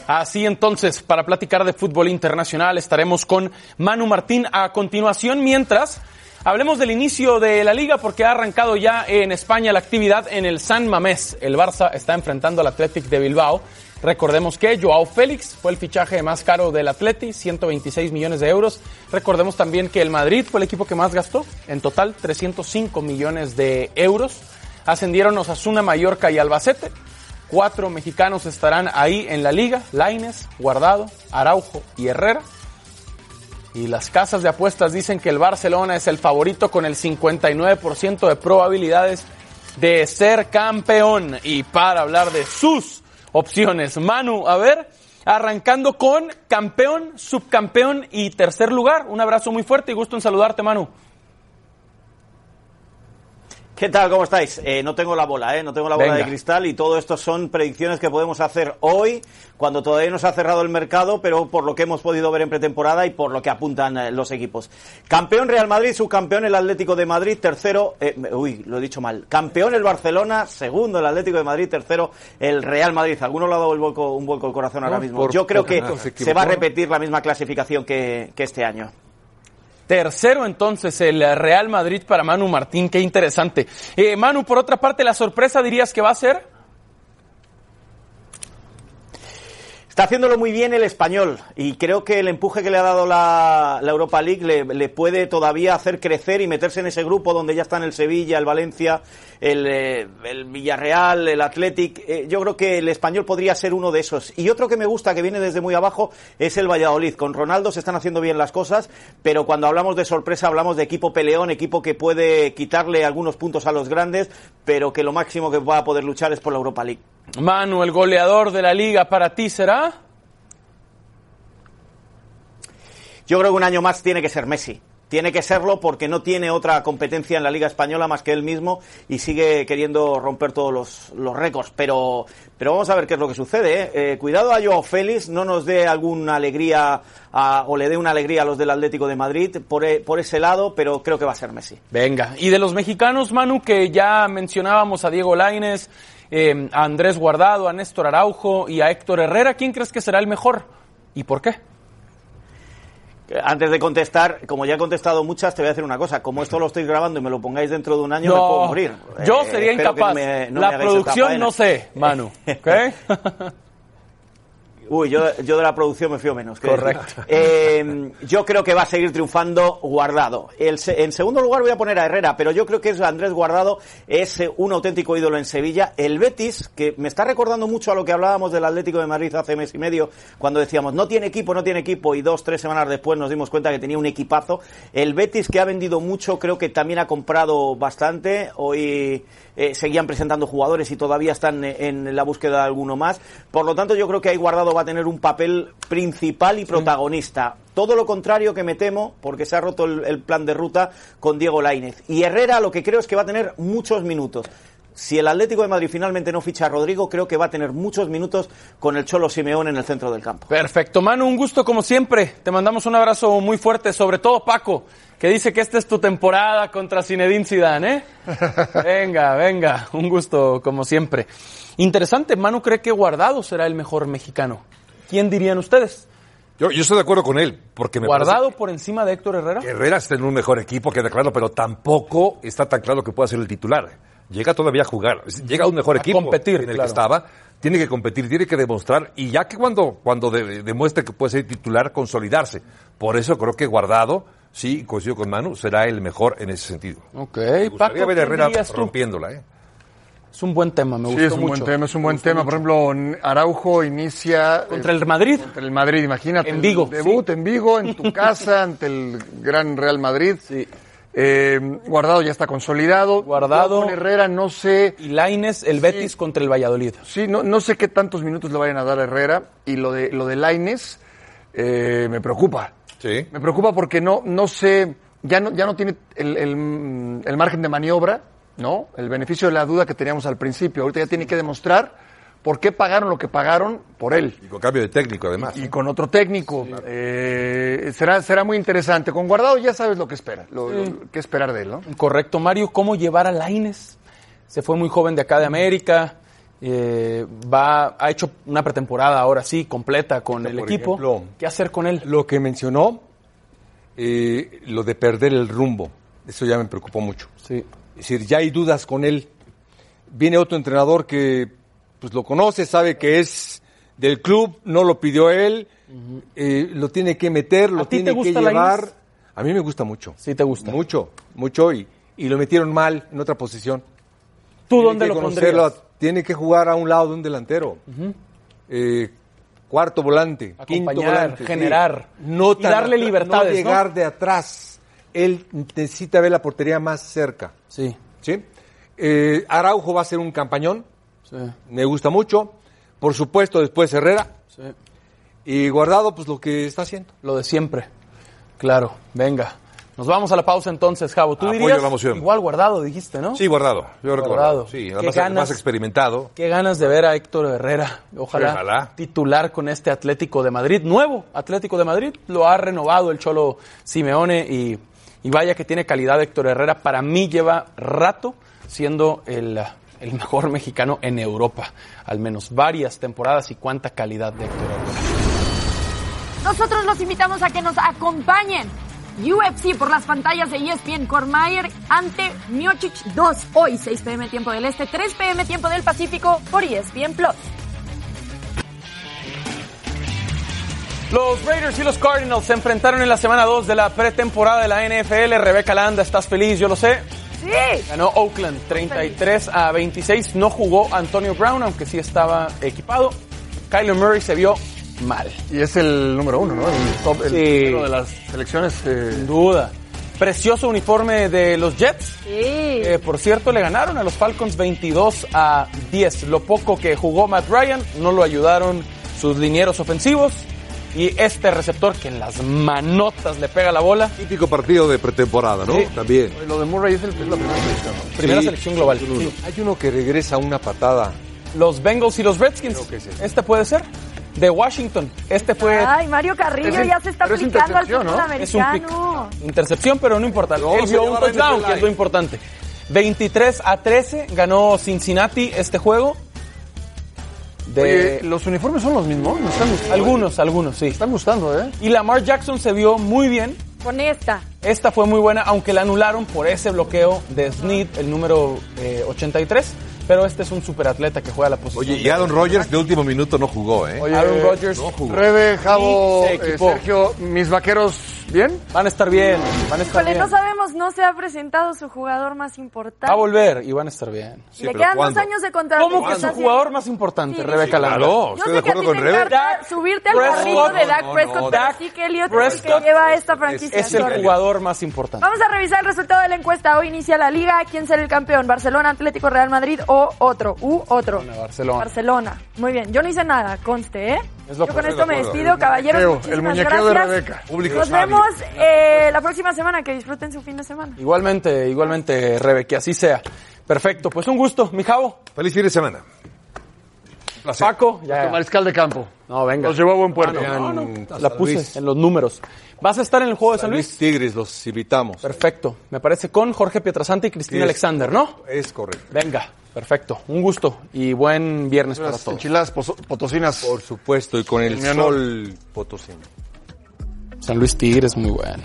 Speaker 2: Así entonces, para platicar de fútbol internacional estaremos con Manu Martín a continuación, mientras hablemos del inicio de la liga porque ha arrancado ya en España la actividad en el San Mamés. El Barça está enfrentando al Athletic de Bilbao. Recordemos que Joao Félix fue el fichaje más caro del Atleti, 126 millones de euros. Recordemos también que el Madrid fue el equipo que más gastó, en total 305 millones de euros. Ascendieron Osasuna, Mallorca y Albacete. Cuatro mexicanos estarán ahí en la liga, Laines, Guardado, Araujo y Herrera. Y las casas de apuestas dicen que el Barcelona es el favorito con el 59% de probabilidades de ser campeón. Y para hablar de sus opciones, Manu, a ver, arrancando con campeón, subcampeón y tercer lugar. Un abrazo muy fuerte y gusto en saludarte, Manu.
Speaker 10: ¿Qué tal? ¿Cómo estáis? Eh, no tengo la bola, ¿eh? No tengo la bola
Speaker 2: Venga.
Speaker 10: de cristal y todo esto son predicciones que podemos hacer hoy, cuando todavía no se ha cerrado el mercado, pero por lo que hemos podido ver en pretemporada y por lo que apuntan eh, los equipos. Campeón Real Madrid, subcampeón el Atlético de Madrid, tercero, eh, me- uy, lo he dicho mal, campeón el Barcelona, segundo el Atlético de Madrid, tercero eh, el Real Madrid. Alguno le ha dado el vuelco- un vuelco al corazón ahora
Speaker 5: No,
Speaker 10: mismo.
Speaker 5: por
Speaker 10: Yo creo que
Speaker 5: poco se equivocó.
Speaker 10: se va a repetir la misma clasificación que- que este año.
Speaker 2: Tercero entonces el Real Madrid para Manu Martín, qué interesante. Eh, Manu, por otra parte, la sorpresa dirías que va a ser
Speaker 10: Está haciéndolo muy bien el español y creo que el empuje que le ha dado la, la Europa League le, le puede todavía hacer crecer y meterse en ese grupo donde ya están el Sevilla, el Valencia, el, eh, el Villarreal, el Athletic. Eh, yo creo que el español podría ser uno de esos. Y otro que me gusta, que viene desde muy abajo, es el Valladolid. Con Ronaldo se están haciendo bien las cosas, pero cuando hablamos de sorpresa hablamos de equipo peleón, equipo que puede quitarle algunos puntos a los grandes, pero que lo máximo que va a poder luchar es por la Europa League.
Speaker 2: Manu, el goleador de la liga, para ti será.
Speaker 10: Yo creo que un año más tiene que ser Messi. Tiene que serlo porque no tiene otra competencia en la Liga Española más que él mismo y sigue queriendo romper todos los, los récords. Pero, pero vamos a ver qué es lo que sucede. ¿eh? Eh, cuidado a Joao Félix, no nos dé alguna alegría a- o le dé una alegría a los del Atlético de Madrid por, e- por ese lado, pero creo que va a ser Messi.
Speaker 2: Venga, y de los mexicanos, Manu, que ya mencionábamos a Diego Laines, eh, a Andrés Guardado, a Néstor Araujo y a Héctor Herrera, ¿quién crees que será el mejor? ¿Y por qué?
Speaker 10: Antes de contestar, como ya he contestado muchas, te voy a decir una cosa. Como esto lo estoy grabando y me lo pongáis dentro de un año, me puedo morir.
Speaker 2: yo
Speaker 10: Eh,
Speaker 2: sería
Speaker 10: espero que
Speaker 2: incapaz.
Speaker 10: me- no me
Speaker 2: la
Speaker 10: hagáis esta
Speaker 2: producción
Speaker 10: faena.
Speaker 2: no sé, Manu. ¿ok?
Speaker 10: Uy, yo, yo de la producción me fío menos. ¿qué decir?
Speaker 2: Correcto.
Speaker 10: Eh, yo creo que va a seguir triunfando Guardado. El se- en segundo lugar voy a poner a Herrera, pero yo creo que es Andrés Guardado es eh, un auténtico ídolo en Sevilla. El Betis, que me está recordando mucho a lo que hablábamos del Atlético de Madrid hace mes y medio, cuando decíamos no tiene equipo, no tiene equipo, y dos, tres semanas después nos dimos cuenta que tenía un equipazo. El Betis, que ha vendido mucho, creo que también ha comprado bastante. Hoy eh, seguían presentando jugadores y todavía están eh, en la búsqueda de alguno más. Por lo tanto, yo creo que ahí Guardado va a tener un papel principal y protagonista. Todo lo contrario que me temo, porque se ha roto el, el plan de ruta con Diego Lainez. Y Herrera lo que creo es que va a tener muchos minutos. Si el Atlético de Madrid finalmente no ficha a Rodrigo, creo que va a tener muchos minutos con el Cholo Simeón en el centro del campo.
Speaker 2: Perfecto, Manu, un gusto como siempre. Te mandamos un abrazo muy fuerte, sobre todo Paco, que dice que esta es tu temporada contra Zinedine Zidane, ¿eh? Venga, venga, un gusto como siempre. Interesante, Manu cree que Guardado será el mejor mexicano. ¿Quién dirían ustedes?
Speaker 5: Yo, yo estoy de acuerdo con él, porque me parece
Speaker 2: ¿Guardado por encima de Héctor Herrera?
Speaker 5: que Herrera está en un mejor equipo, queda claro, pero tampoco está tan claro que pueda ser el titular. Llega todavía a jugar, es- llega a un mejor
Speaker 2: A
Speaker 5: equipo
Speaker 2: competir,
Speaker 5: en el
Speaker 2: claro.
Speaker 5: que estaba, tiene que competir, tiene que demostrar, y ya que cuando, cuando de- demuestre que puede ser titular, consolidarse. Por eso creo que Guardado, sí, coincido con Manu, será el mejor en ese sentido.
Speaker 2: Ok,
Speaker 5: Me
Speaker 2: Paco,
Speaker 5: gustaría ver a
Speaker 2: ¿quién
Speaker 5: Herrera
Speaker 2: dirías tú?
Speaker 5: rompiéndola, ¿eh?
Speaker 2: Es un buen tema, me
Speaker 4: Sí,
Speaker 2: gustó
Speaker 4: es un
Speaker 2: mucho.
Speaker 4: buen tema, es un buen tema. Por ejemplo, N- Araujo inicia
Speaker 2: Contra
Speaker 4: eh,
Speaker 2: el Madrid.
Speaker 4: contra el Madrid, imagínate.
Speaker 2: En Vigo,
Speaker 4: el Debut en Vigo, en tu casa, ante el gran Real Madrid. Eh, guardado ya está consolidado.
Speaker 2: Guardado.
Speaker 4: Yo Con Herrera no sé,
Speaker 2: Y Laines, el Betis contra el Valladolid.
Speaker 4: sí, no, no sé qué tantos minutos le vayan a dar a Herrera. Y lo de, lo de Laines eh, me preocupa.
Speaker 5: Sí.
Speaker 4: Me preocupa porque no, no sé, ya no, ya no tiene el, el- el margen de maniobra, ¿no? El beneficio de la duda que teníamos al principio. Ahorita ya tiene que demostrar por qué pagaron lo que pagaron por él.
Speaker 5: Y con cambio de técnico, además.
Speaker 4: Y con otro técnico. Eh, será, será muy interesante. Con Guardado ya sabes lo que espera, lo, lo que esperar de él, ¿no?
Speaker 2: Correcto, Mario, ¿cómo llevar a Laines? Se fue muy joven de acá de América, eh, va, ha hecho una pretemporada ahora sí, completa con el
Speaker 5: por
Speaker 2: equipo.
Speaker 5: ejemplo,
Speaker 2: ¿Qué hacer con él?
Speaker 6: Lo que mencionó, eh, lo de perder el rumbo, eso ya me preocupó mucho.
Speaker 2: Sí.
Speaker 6: Es decir, ya hay dudas con él. Viene otro entrenador que pues lo conoce, sabe que es del club, no lo pidió él, eh, lo tiene que meter, lo
Speaker 2: ¿A ti te
Speaker 6: tiene que
Speaker 2: gusta
Speaker 6: llevar.
Speaker 2: Lainez?
Speaker 6: A mí me gusta mucho.
Speaker 2: Sí, te gusta.
Speaker 6: Mucho, mucho y, y lo metieron mal en otra posición.
Speaker 2: ¿Tú
Speaker 6: Tiene
Speaker 2: dónde
Speaker 6: que
Speaker 2: lo
Speaker 6: conocerlo,
Speaker 2: pondrías?
Speaker 6: Tiene que jugar a un lado de un delantero. Eh, cuarto volante, quinto
Speaker 2: Acompañar,
Speaker 6: volante, sí.
Speaker 2: generar,
Speaker 6: no
Speaker 2: y
Speaker 6: tan
Speaker 2: darle
Speaker 6: atra- no
Speaker 2: libertades, ¿no?
Speaker 6: llegar de atrás. Él necesita ver la portería más cerca.
Speaker 2: Sí,
Speaker 6: ¿sí? Eh, Araujo va a ser un campañón,
Speaker 2: sí,
Speaker 6: me gusta mucho. Por supuesto, después Herrera.
Speaker 2: sí.
Speaker 6: Y Guardado, pues lo que está haciendo.
Speaker 2: Lo de siempre. Claro, venga. Nos vamos a la pausa entonces, Javo. ¿Tú
Speaker 5: Apoyo
Speaker 2: dirías?
Speaker 5: la moción.
Speaker 2: igual guardado, dijiste, ¿no?
Speaker 5: Sí, guardado. Yo creo que
Speaker 2: Guardado.
Speaker 5: guardado. Sí,
Speaker 2: ¿Qué
Speaker 5: además,
Speaker 2: ganas?
Speaker 5: más experimentado.
Speaker 2: Qué ganas de ver a Héctor Herrera. Ojalá,
Speaker 5: Ojalá.
Speaker 2: titular con este Atlético de Madrid. Nuevo Atlético de Madrid. Lo ha renovado el Cholo Simeone y, y vaya que tiene calidad Héctor Herrera. Para mí lleva rato siendo el, ah, el mejor mexicano en Europa. Al menos varias temporadas y cuánta calidad de Héctor Herrera.
Speaker 7: Nosotros los invitamos a que nos acompañen. UFC por las pantallas de E ESPN Cormayer ante Miocic 2 hoy 6 pm tiempo del este, 3 pm tiempo del Pacífico por E ESPN Plus.
Speaker 2: Los Raiders y los Cardinals se enfrentaron en la semana 2 de la pretemporada de la NFL. Rebeca Landa, estás feliz, yo lo sé.
Speaker 7: Sí.
Speaker 2: Ganó Oakland 33 a 26. No jugó Antonio Brown, aunque sí estaba equipado. Kyler Murray se vio mal,
Speaker 4: Y es el número uno, ¿no? El top, el
Speaker 2: Sí.
Speaker 4: primero de las selecciones.
Speaker 2: sin
Speaker 4: eh,
Speaker 2: duda. Precioso uniforme de los Jets.
Speaker 7: Sí.
Speaker 2: Eh, por cierto, le ganaron a los Falcons 22 a 10. Lo poco que jugó Matt Ryan no lo ayudaron sus linieros ofensivos. Y este receptor que en las manotas le pega la bola.
Speaker 5: Típico partido de pretemporada, ¿no?
Speaker 2: Sí.
Speaker 5: También.
Speaker 4: lo de Murray es, el, es la primera selección. ¿no?
Speaker 2: Primera
Speaker 6: Sí.
Speaker 2: selección global. Sí.
Speaker 6: Hay uno que regresa una patada.
Speaker 2: Los Bengals y los Redskins. ¿Este puede ser? De Washington. Este fue
Speaker 7: Ay, Mario Carrillo
Speaker 4: Es in-
Speaker 7: ya se está
Speaker 4: pero es
Speaker 7: aplicando al
Speaker 4: intercepción,
Speaker 7: fútbol
Speaker 4: ¿no?
Speaker 2: Es un pick.
Speaker 7: americano.
Speaker 2: Intercepción, pero no importa.
Speaker 6: Lo
Speaker 2: Él
Speaker 6: vamos a
Speaker 2: vio un
Speaker 6: llevar a
Speaker 2: touchdown,
Speaker 6: NFL
Speaker 2: que es lo
Speaker 6: Live.
Speaker 2: importante. 23 a 13 ganó Cincinnati este juego. De
Speaker 4: Oye, los uniformes son los mismos. Me están gustando.
Speaker 2: algunos, algunos, sí.
Speaker 4: Me están gustando, ¿eh?
Speaker 2: Y Lamar Jackson se vio muy bien.
Speaker 7: Con esta.
Speaker 2: Esta fue muy buena, aunque la anularon por ese bloqueo de Snead, el número eh, 83. Pero este es un superatleta que juega la posición.
Speaker 5: Oye,
Speaker 2: de-
Speaker 5: y Aaron Rodgers de último minuto no jugó, ¿eh?
Speaker 4: Oye,
Speaker 2: Aaron Rodgers.
Speaker 5: no jugó.
Speaker 4: Rebe, Javo,
Speaker 2: Sí, se
Speaker 4: eh,
Speaker 2: equipó.
Speaker 4: Sergio, mis vaqueros, ¿bien?
Speaker 2: Van a estar bien, van a estar
Speaker 7: Híjole,
Speaker 2: bien. Ah,
Speaker 7: no sabemos, no se ha presentado su jugador más importante.
Speaker 2: Va a volver y van a estar bien.
Speaker 5: Sí,
Speaker 7: Le
Speaker 5: pero
Speaker 7: quedan
Speaker 5: ¿cuándo?
Speaker 7: dos años de contrato.
Speaker 2: ¿Cómo
Speaker 7: y
Speaker 2: que
Speaker 7: está
Speaker 2: su
Speaker 7: haciendo-
Speaker 2: jugador más importante,
Speaker 7: Sí,
Speaker 2: Rebeca Landa?
Speaker 5: Claro,
Speaker 7: Yo
Speaker 5: estoy
Speaker 7: sé
Speaker 5: de
Speaker 7: que a
Speaker 5: acuerdo
Speaker 7: ti
Speaker 5: con
Speaker 7: te
Speaker 5: Rebe.
Speaker 7: encanta subirte al
Speaker 2: Prescott.
Speaker 7: carrito de Dak
Speaker 5: No, no,
Speaker 7: Prescott,
Speaker 5: no,
Speaker 7: pero
Speaker 2: Dak
Speaker 7: sí que Elliot es el que
Speaker 2: Prescott
Speaker 7: lleva esta franquicia.
Speaker 2: Es el
Speaker 7: Sorry.
Speaker 2: jugador más importante.
Speaker 7: Vamos a revisar el resultado de la encuesta. Hoy inicia la liga. ¿Quién será el campeón? ¿Barcelona, Atlético, Real Madrid o otro? U otro.
Speaker 2: Barcelona, Barcelona.
Speaker 7: Barcelona. Muy bien. Yo no hice nada, conste, ¿eh?
Speaker 2: Es
Speaker 7: Yo
Speaker 2: lo
Speaker 7: con
Speaker 2: correcto,
Speaker 7: esto me
Speaker 5: de acuerdo.
Speaker 7: despido, caballeros.
Speaker 4: muñequeo,
Speaker 7: muchísimas
Speaker 4: el muñequeo de
Speaker 7: gracias.
Speaker 4: Rebeca.
Speaker 5: Público
Speaker 7: Nos
Speaker 5: sabio.
Speaker 7: vemos eh, la próxima semana. Que disfruten su fin de semana.
Speaker 2: Igualmente, igualmente, Rebe, que así sea. Perfecto, pues un gusto, mi javo.
Speaker 5: Feliz fin de semana. Placer.
Speaker 2: Paco, ya.
Speaker 4: Mariscal de campo.
Speaker 2: No, venga. Ah,
Speaker 4: Los llevó a buen puerto.
Speaker 2: No, no, no,
Speaker 6: Hasta
Speaker 2: la puse
Speaker 6: Luis.
Speaker 2: en los números. ¿Vas a estar en el juego de San Luis?
Speaker 6: Luis Tigres, los invitamos.
Speaker 2: Perfecto, me parece con Jorge Pietrasanta y Cristina
Speaker 6: Sí, es-
Speaker 2: Alexander, ¿no?
Speaker 6: Es correcto.
Speaker 2: Venga, perfecto, un gusto y buen viernes para
Speaker 4: Las
Speaker 2: todos.
Speaker 4: enchiladas pozo- potosinas.
Speaker 6: Por supuesto, y con el
Speaker 4: Mi honor.
Speaker 6: sol potosino.
Speaker 2: San Luis Tigre es muy bueno.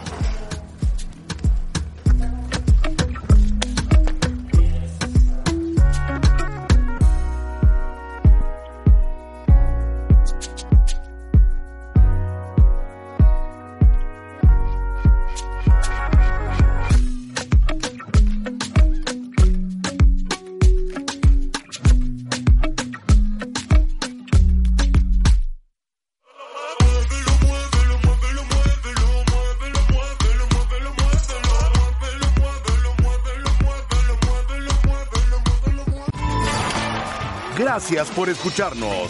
Speaker 1: Gracias por escucharnos.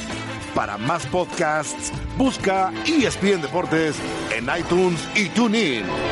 Speaker 1: Para E más podcasts, busca ESPN Deportes en iTunes y TuneIn.